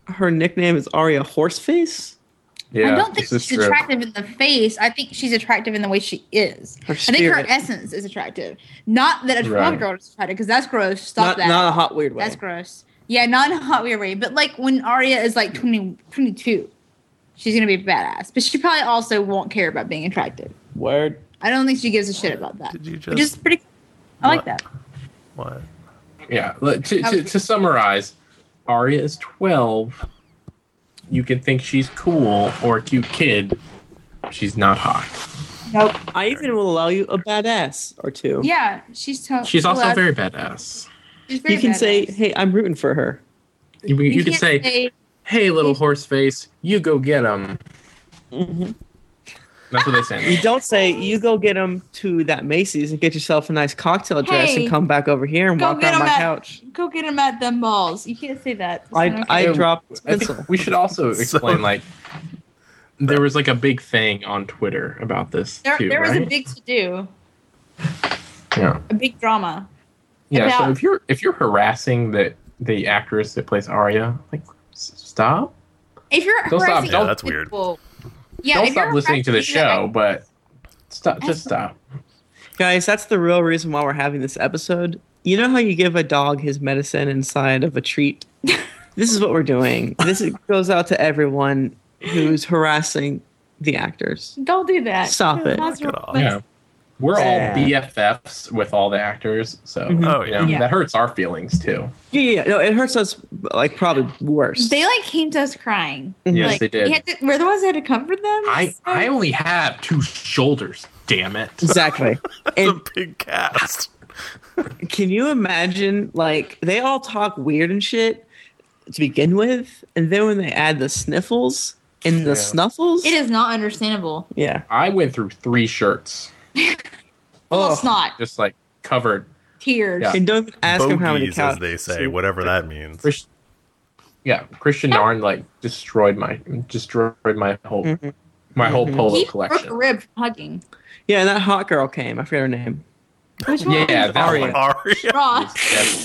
Speaker 4: her nickname is Arya Horseface.
Speaker 1: Yeah,
Speaker 2: I don't think
Speaker 1: this is
Speaker 2: she's
Speaker 1: true.
Speaker 2: attractive in the face. I think she's attractive in the way she is.
Speaker 4: Her
Speaker 2: I think her
Speaker 4: spirit.
Speaker 2: essence is attractive. Not that a 12 year old is attractive, because that's gross. Stop
Speaker 4: not,
Speaker 2: that.
Speaker 4: not a hot weird way.
Speaker 2: that's gross. Yeah, not in a hot weird way. But like when Arya is like 20, 22, she's going to be a badass. But she probably also won't care about being attractive.
Speaker 4: Word.
Speaker 2: I don't think she gives a shit about that.
Speaker 5: Did you just,
Speaker 2: Which is pretty. I like
Speaker 5: What?
Speaker 2: that.
Speaker 5: what?
Speaker 1: Yeah. let- To, to, to summarize, Arya is 12. You can think she's cool or a cute kid. She's not hot.
Speaker 2: Nope.
Speaker 4: I even will allow you a badass or two.
Speaker 2: Yeah, she's tough.
Speaker 1: She's also very badass.
Speaker 2: She's very
Speaker 4: You can say,
Speaker 2: badass.
Speaker 4: "Hey, I'm rooting for her."
Speaker 1: You, you, could
Speaker 2: can't
Speaker 1: say, hey, little horse face, you go get him. That's what they say.
Speaker 4: You don't say you go get them to that Macy's and get yourself a nice cocktail dress
Speaker 2: Hey,
Speaker 4: and come back over here and
Speaker 2: go
Speaker 4: walk
Speaker 2: get
Speaker 4: around
Speaker 2: 'em
Speaker 4: my
Speaker 2: at-
Speaker 4: couch.
Speaker 2: Go get them at the malls. You can't say that. It's
Speaker 4: I,
Speaker 2: not okay.
Speaker 4: I
Speaker 1: okay.
Speaker 4: dropped
Speaker 1: I
Speaker 4: pencil.
Speaker 1: think we should also
Speaker 5: So-
Speaker 1: explain like there was like a big thing on Twitter about this
Speaker 2: there,
Speaker 1: too,
Speaker 2: there was
Speaker 1: right?
Speaker 2: a big to do,
Speaker 1: yeah.
Speaker 2: a big drama.
Speaker 1: Yeah.
Speaker 2: about-
Speaker 1: so if you're if you're harassing the the actress that plays Arya, like s- stop.
Speaker 2: If you're
Speaker 1: Don't stop.
Speaker 2: harassing
Speaker 5: Yeah, that's weird.
Speaker 2: people, yeah,
Speaker 1: don't
Speaker 2: if you're
Speaker 1: stop listening to the
Speaker 2: harassing people,
Speaker 1: show, but stop.
Speaker 2: That's-
Speaker 1: Just stop.
Speaker 4: Guys, that's the real reason why we're having this episode. You know how you give a dog his medicine inside of a treat? this is what we're doing. This is, goes out to everyone who's harassing the actors.
Speaker 2: Don't do that.
Speaker 4: Stop it.
Speaker 2: That's
Speaker 5: Knock it off.
Speaker 2: that's-
Speaker 1: Yeah. We're all
Speaker 4: Yeah.
Speaker 1: BFFs with all the actors, so
Speaker 4: Mhm.
Speaker 5: Oh,
Speaker 1: you know,
Speaker 2: yeah.
Speaker 1: that hurts our feelings too.
Speaker 4: Yeah, yeah, yeah. No, it hurts us like probably worse.
Speaker 2: They like came to us crying.
Speaker 1: Yes,
Speaker 2: like,
Speaker 1: they did.
Speaker 2: we had to- we're the ones that had to comfort them.
Speaker 1: I
Speaker 2: So-
Speaker 1: I only have two shoulders. Damn it.
Speaker 2: Mm-hmm.
Speaker 4: exactly.
Speaker 5: It's
Speaker 4: and
Speaker 5: a big cast.
Speaker 4: can you imagine like they all talk weird and shit to begin with, and then when they add the sniffles and the
Speaker 1: Yeah.
Speaker 4: snuffles,
Speaker 2: it is not understandable.
Speaker 4: yeah.
Speaker 1: I went through three shirts,
Speaker 2: Well,
Speaker 4: Ugh.
Speaker 2: it's not
Speaker 1: just like covered
Speaker 2: tears.
Speaker 1: Yeah.
Speaker 4: And don't even ask them how many
Speaker 5: Bogies,
Speaker 4: cows
Speaker 5: as they say, whatever that means.
Speaker 1: Chris- yeah, Christian Narn like destroyed my destroyed my whole
Speaker 4: Mhm.
Speaker 1: my whole
Speaker 4: Mhm.
Speaker 1: polo
Speaker 2: Mm-hmm. He broke a
Speaker 1: collection.
Speaker 2: rib from hugging.
Speaker 4: Yeah, and that hot girl came. I forget her name.
Speaker 2: Which one?
Speaker 1: Yeah, that
Speaker 4: Aria.
Speaker 1: one.
Speaker 5: Aria.
Speaker 2: Ross.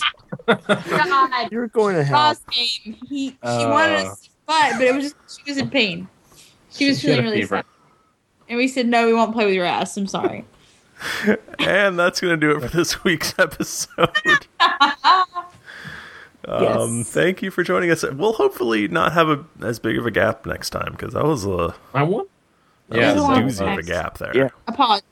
Speaker 2: God,
Speaker 3: You're going to hell.
Speaker 2: Ross came. He she
Speaker 1: Uh.
Speaker 2: wanted us to fight, but it was just she was in pain, She was
Speaker 1: had
Speaker 2: feeling
Speaker 1: a
Speaker 2: really
Speaker 1: fever.
Speaker 2: sad. and we said no, we won't play with your ass. I'm sorry.
Speaker 5: And that's going to do it for this week's episode. Um,
Speaker 4: Yes.
Speaker 5: Thank you for joining us. We'll hopefully not have a, as big of a gap next time because that was a,
Speaker 1: I won.
Speaker 5: that
Speaker 1: Yeah,
Speaker 5: was a
Speaker 2: Well,
Speaker 1: it's
Speaker 5: doozy of a
Speaker 2: next-
Speaker 5: gap there.
Speaker 4: Yeah.
Speaker 2: Apologies.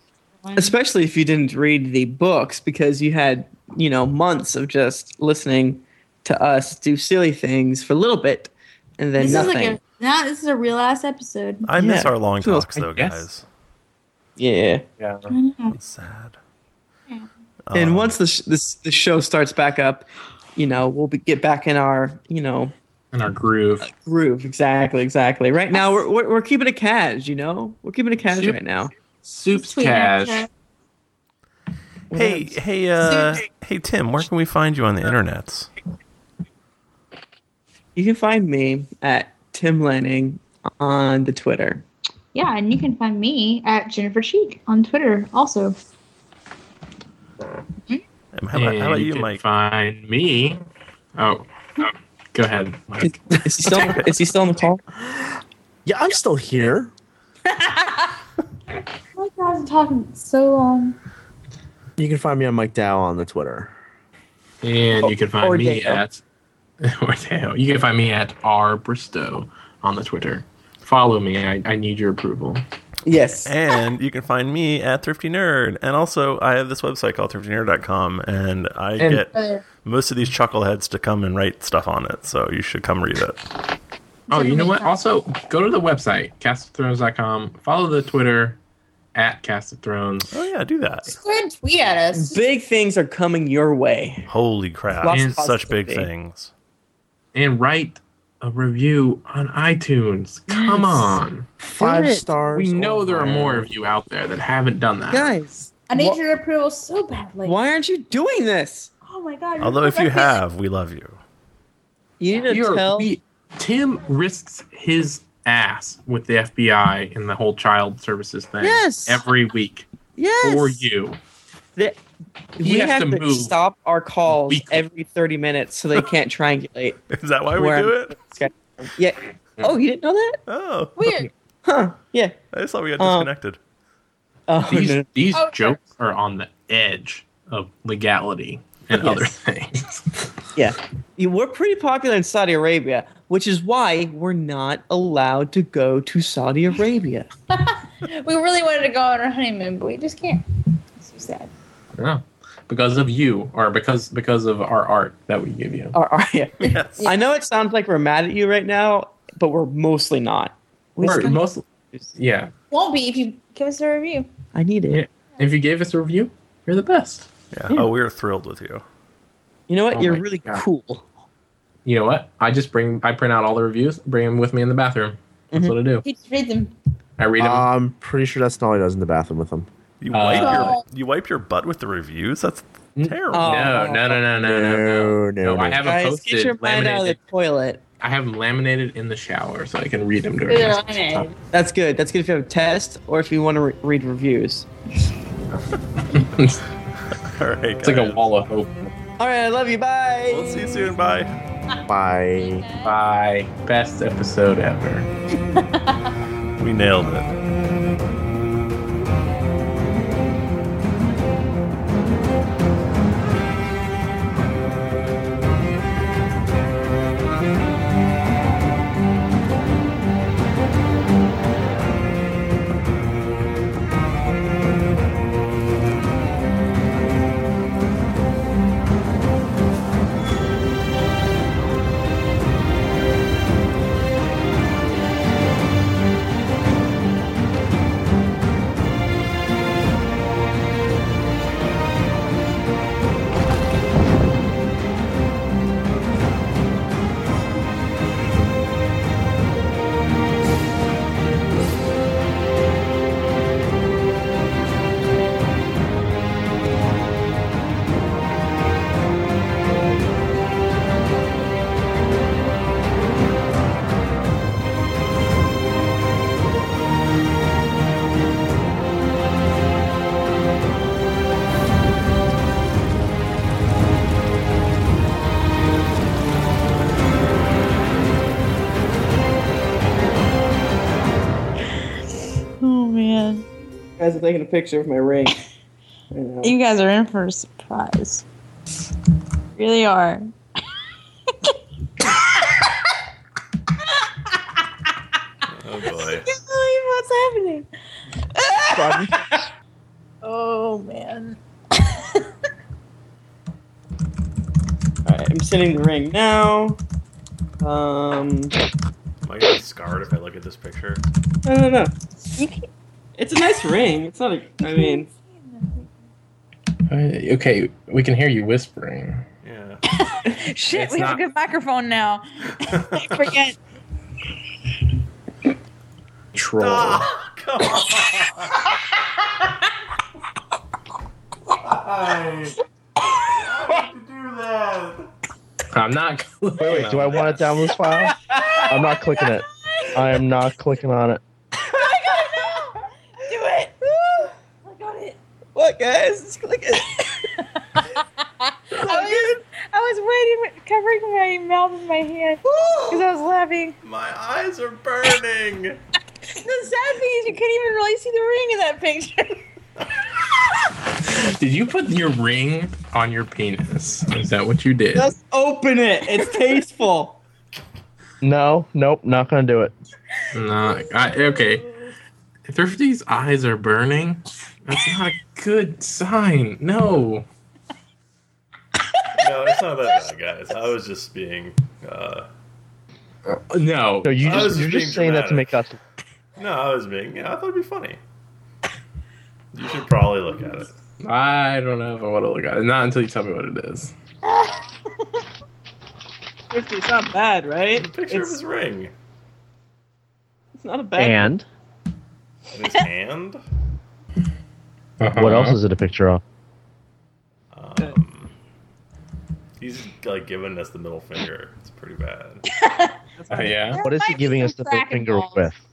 Speaker 2: Mm-hmm.
Speaker 4: Especially if you didn't read the books because you had, you know, months of just listening to us do silly things for a little bit and then
Speaker 2: This is
Speaker 4: nothing.
Speaker 2: like a now. This is a real ass episode.
Speaker 5: I miss
Speaker 4: Yeah.
Speaker 5: our long
Speaker 4: Feels-
Speaker 5: talks, though,
Speaker 1: I guess.
Speaker 5: guys.
Speaker 4: yeah.
Speaker 1: yeah.
Speaker 2: I know.
Speaker 5: It's sad.
Speaker 2: Yeah.
Speaker 5: Um,
Speaker 4: and once the, sh- this, the show starts back up, you know, we'll be, get back in our, you know,
Speaker 1: In our groove.
Speaker 4: groove. Exactly, exactly. Right now, we're, we're, we're keeping it cash, you know? We're keeping it cash
Speaker 1: Yep.
Speaker 4: right now.
Speaker 1: Soup's
Speaker 2: Tweet
Speaker 1: cash.
Speaker 2: at us.
Speaker 5: Um, hey, hey, uh, hey, Tim, where can we find you on the internets?
Speaker 4: You can find me at Tim Lanning on the Twitter.
Speaker 2: Yeah, and you can find me at Jennifer Cheek on Twitter also.
Speaker 5: Um, How about, how about
Speaker 1: And
Speaker 5: you,
Speaker 1: can
Speaker 5: Mike?
Speaker 1: Find me. Oh, oh, go ahead. Mike.
Speaker 4: Is he still, is he still on the call?
Speaker 3: Yeah, I'm still here.
Speaker 2: Oh my god, I'm talking so long.
Speaker 3: You can find me on Mike Dow on the Twitter.
Speaker 1: And you can find
Speaker 4: or
Speaker 1: me
Speaker 4: Dale.
Speaker 1: at or Dale. You can find me at R Bristow on the Twitter. Follow me. I, I need your approval.
Speaker 4: Yes.
Speaker 5: And you can find me at Thrifty Nerd. And also, I have this website called thriftynerd.com, and I
Speaker 1: And-
Speaker 5: get most of these chuckleheads to come and write stuff on it. So you should come read it.
Speaker 1: Oh, you know what?
Speaker 2: Definitely.
Speaker 1: Also, go to the website, castofthrones.com. Follow the Twitter at Cast of Thrones.
Speaker 5: Oh, yeah, do that.
Speaker 2: Go ahead and tweet at us.
Speaker 4: Big things are coming your way.
Speaker 5: Holy crap.
Speaker 4: Lots of
Speaker 5: And such big
Speaker 4: positivity.
Speaker 5: things.
Speaker 1: And write a review on iTunes. Come
Speaker 2: Yes.
Speaker 1: on.
Speaker 3: Five stars.
Speaker 1: We know
Speaker 3: or
Speaker 1: there are
Speaker 3: higher.
Speaker 1: more of you out there that haven't done that.
Speaker 4: Guys,
Speaker 2: I need
Speaker 4: wh-
Speaker 2: your approval so badly.
Speaker 4: why aren't you doing this?
Speaker 2: Oh my god. you're
Speaker 5: Although, if you
Speaker 2: correcting-
Speaker 5: have, we love you.
Speaker 4: You need to
Speaker 1: You're-
Speaker 4: tell.
Speaker 1: we- Tim risks his ass with the FBI and the whole child services thing
Speaker 4: Yes.
Speaker 1: every week
Speaker 4: yes.
Speaker 1: for you.
Speaker 4: The-
Speaker 1: He
Speaker 4: we
Speaker 1: has
Speaker 4: have
Speaker 1: to
Speaker 4: to,
Speaker 1: move
Speaker 4: stop our calls
Speaker 1: weekly.
Speaker 4: every 30 minutes so they can't triangulate.
Speaker 5: Is that why we
Speaker 4: where
Speaker 5: do
Speaker 4: I'm-
Speaker 5: it?
Speaker 4: Yeah. Oh, you didn't know that?
Speaker 5: Oh,
Speaker 2: Weird.
Speaker 4: Huh. Yeah.
Speaker 5: I just thought we got
Speaker 4: Um,
Speaker 5: disconnected.
Speaker 4: Oh,
Speaker 1: These,
Speaker 4: no.
Speaker 1: these
Speaker 2: Oh,
Speaker 1: jokes are on the edge of legality and
Speaker 4: Yes.
Speaker 1: other things.
Speaker 4: Yeah. You- We're pretty popular in Saudi Arabia, which is why we're not allowed to go to Saudi Arabia.
Speaker 2: We really wanted to go on our honeymoon, but we just can't. It's so sad.
Speaker 1: Yeah. Because of you, or because because of our art that we give you.
Speaker 4: Or are you?
Speaker 5: yes.
Speaker 4: I know it sounds like we're mad at you right now, but we're mostly not. We
Speaker 1: Or
Speaker 4: still-
Speaker 1: most, yeah.
Speaker 2: Won't be if you give us a review.
Speaker 4: I need it.
Speaker 1: If you gave us a review, you're the best.
Speaker 5: Yeah.
Speaker 4: Yeah.
Speaker 5: Oh, we are thrilled with you.
Speaker 4: You know what?
Speaker 1: Oh
Speaker 4: You're
Speaker 1: my
Speaker 4: really
Speaker 1: God.
Speaker 4: cool.
Speaker 1: You know what? I just bring I print out all the reviews, bring them with me in the bathroom. That's
Speaker 4: Mhm.
Speaker 1: what I do.
Speaker 2: He just read them.
Speaker 1: I read them.
Speaker 3: I'm pretty sure that's not what he does in the bathroom with him.
Speaker 5: You wipe
Speaker 2: Uh,
Speaker 5: your you wipe your butt with the reviews. That's terrible.
Speaker 4: Oh.
Speaker 1: no, no, no, no, no, no,
Speaker 3: No,
Speaker 1: no,
Speaker 3: no,
Speaker 1: I
Speaker 3: no.
Speaker 1: have them
Speaker 4: Guys, get your
Speaker 1: posted,
Speaker 4: mind out of the
Speaker 1: laminated.
Speaker 4: toilet.
Speaker 1: I have them laminated in the shower so I can read them during.
Speaker 6: They're
Speaker 1: class.
Speaker 6: laminated.
Speaker 4: That's good. That's good if you have a test or if you want to re- read reviews.
Speaker 1: it's
Speaker 5: All right, guys.
Speaker 1: like a wall of hope.
Speaker 4: All right, I love you. Bye.
Speaker 5: We'll see you soon. Bye.
Speaker 3: By
Speaker 1: Bye. Best episode ever.
Speaker 5: We nailed it.
Speaker 2: Oh man,
Speaker 4: Guys, I'm taking a picture of my ring. I know.
Speaker 2: you guys are in for a surprise. Really are.
Speaker 5: Oh boy.
Speaker 2: can't believe what's happening. oh man.
Speaker 4: All right, I'm sending the ring now. Um,
Speaker 5: Am I gonna be scarred if I look at this picture?
Speaker 4: no, no, no.
Speaker 2: You can't-
Speaker 4: It's a nice ring. It's not a. I mean,
Speaker 1: Uh, Okay, we can hear you whispering.
Speaker 5: Yeah.
Speaker 2: Shit,
Speaker 1: It's
Speaker 2: we have
Speaker 1: not-
Speaker 2: a good microphone now. I forget.
Speaker 1: Troll.
Speaker 5: Ah, come on. Why'd you do that?
Speaker 1: I'm not. Wait,
Speaker 3: wait, wait, do I want to download this file? I'm not clicking it. I am not clicking on it.
Speaker 2: I got it now. Do it. I got it.
Speaker 4: what, guys? Just click it.
Speaker 2: I was, I was waiting, covering my mouth with my hand because I was laughing.
Speaker 5: My eyes are burning.
Speaker 2: The sad thing is, you couldn't even really see the ring in that picture.
Speaker 1: Did you put your ring on your penis? Is that what you did?
Speaker 4: Just open it. It's tasteful.
Speaker 3: No, nope, not gonna do it.
Speaker 1: No. I, okay. Thrifty's eyes are burning. That's not a good sign. No.
Speaker 5: No, it's not that bad, guys. I was just being. Uh,
Speaker 1: No.
Speaker 3: No, you
Speaker 5: I
Speaker 3: just,
Speaker 5: was just
Speaker 3: you're
Speaker 5: being
Speaker 3: just saying that to make
Speaker 5: dramatic.
Speaker 3: us.
Speaker 5: no, I was being. Yeah, I thought it'd be funny. You should probably look at it.
Speaker 1: I don't know if I want to look at it. Not until you tell me what it is.
Speaker 4: It's not bad, right?
Speaker 5: The picture of
Speaker 4: It's,
Speaker 5: his ring
Speaker 4: it's not a bad.
Speaker 3: And
Speaker 5: in his hand.
Speaker 3: Uh-huh. what else is it a picture of?
Speaker 5: Um, he's like giving us the middle finger. It's pretty bad.
Speaker 1: Uh, yeah.
Speaker 3: What is he giving us the middle finger with?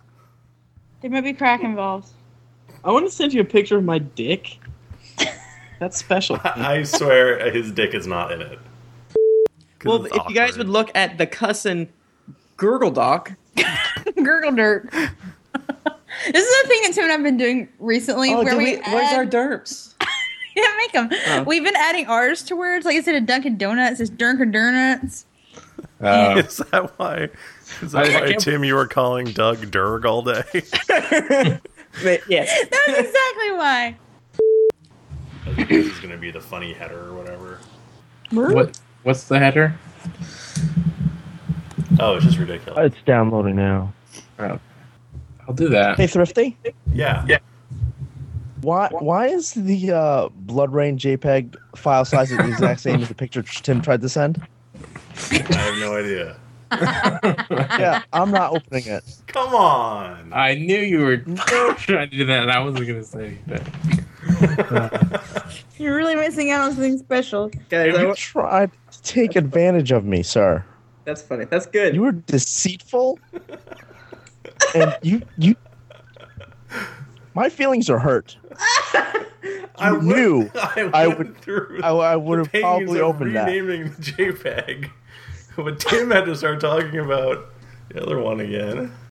Speaker 2: There might be crack involved.
Speaker 4: I want to send you a picture of my dick. That's special.
Speaker 5: I swear, his dick is not in it. 'Cause
Speaker 4: well, if
Speaker 5: it's
Speaker 4: you guys
Speaker 5: awkward.
Speaker 4: would look at the cussin gurgle doc.
Speaker 2: Gurgle dirt. this is a thing that Tim and I've been doing recently.
Speaker 4: Oh,
Speaker 2: where
Speaker 4: did
Speaker 2: we,
Speaker 4: we, where's
Speaker 2: add-
Speaker 4: our derps?
Speaker 2: We didn't make them.
Speaker 4: Oh.
Speaker 2: We've been adding ours to words. Like instead of Dunkin' Donuts, it's Dunkin' Donuts.
Speaker 1: Uh,
Speaker 5: Is that why? Is
Speaker 1: I-
Speaker 5: that
Speaker 1: I
Speaker 5: why,
Speaker 1: can't-
Speaker 5: Tim, you were calling Doug Durg all day?
Speaker 4: Wait, yes.
Speaker 2: That's exactly why.
Speaker 5: I think this is gonna be the funny header or whatever.
Speaker 1: what? What's the header?
Speaker 5: Oh, it's just ridiculous.
Speaker 3: It's downloading now.
Speaker 1: Oh. I'll do that.
Speaker 3: Hey, Thrifty,
Speaker 5: Yeah.
Speaker 3: why why is the uh, Blood Rain JPEG file size the exact same as the picture Tim tried to send?
Speaker 5: I have no idea.
Speaker 3: yeah, I'm not opening it.
Speaker 5: Come on.
Speaker 1: I knew you were trying to do that, and I wasn't gonna say that.
Speaker 2: You're really missing out on something special.
Speaker 4: Guys, I
Speaker 3: You
Speaker 4: wa-
Speaker 3: tried to take advantage of me, sir.
Speaker 4: that's funny. That's good.
Speaker 3: You were deceitful, and you you. My feelings are hurt.
Speaker 5: I
Speaker 3: knew
Speaker 5: I,
Speaker 3: I
Speaker 5: went
Speaker 3: would-
Speaker 5: Through
Speaker 3: I, I would have
Speaker 5: pains
Speaker 3: probably
Speaker 5: of
Speaker 3: opened that.
Speaker 5: renaming the JPEG. But Tim had to start talking about the other one again.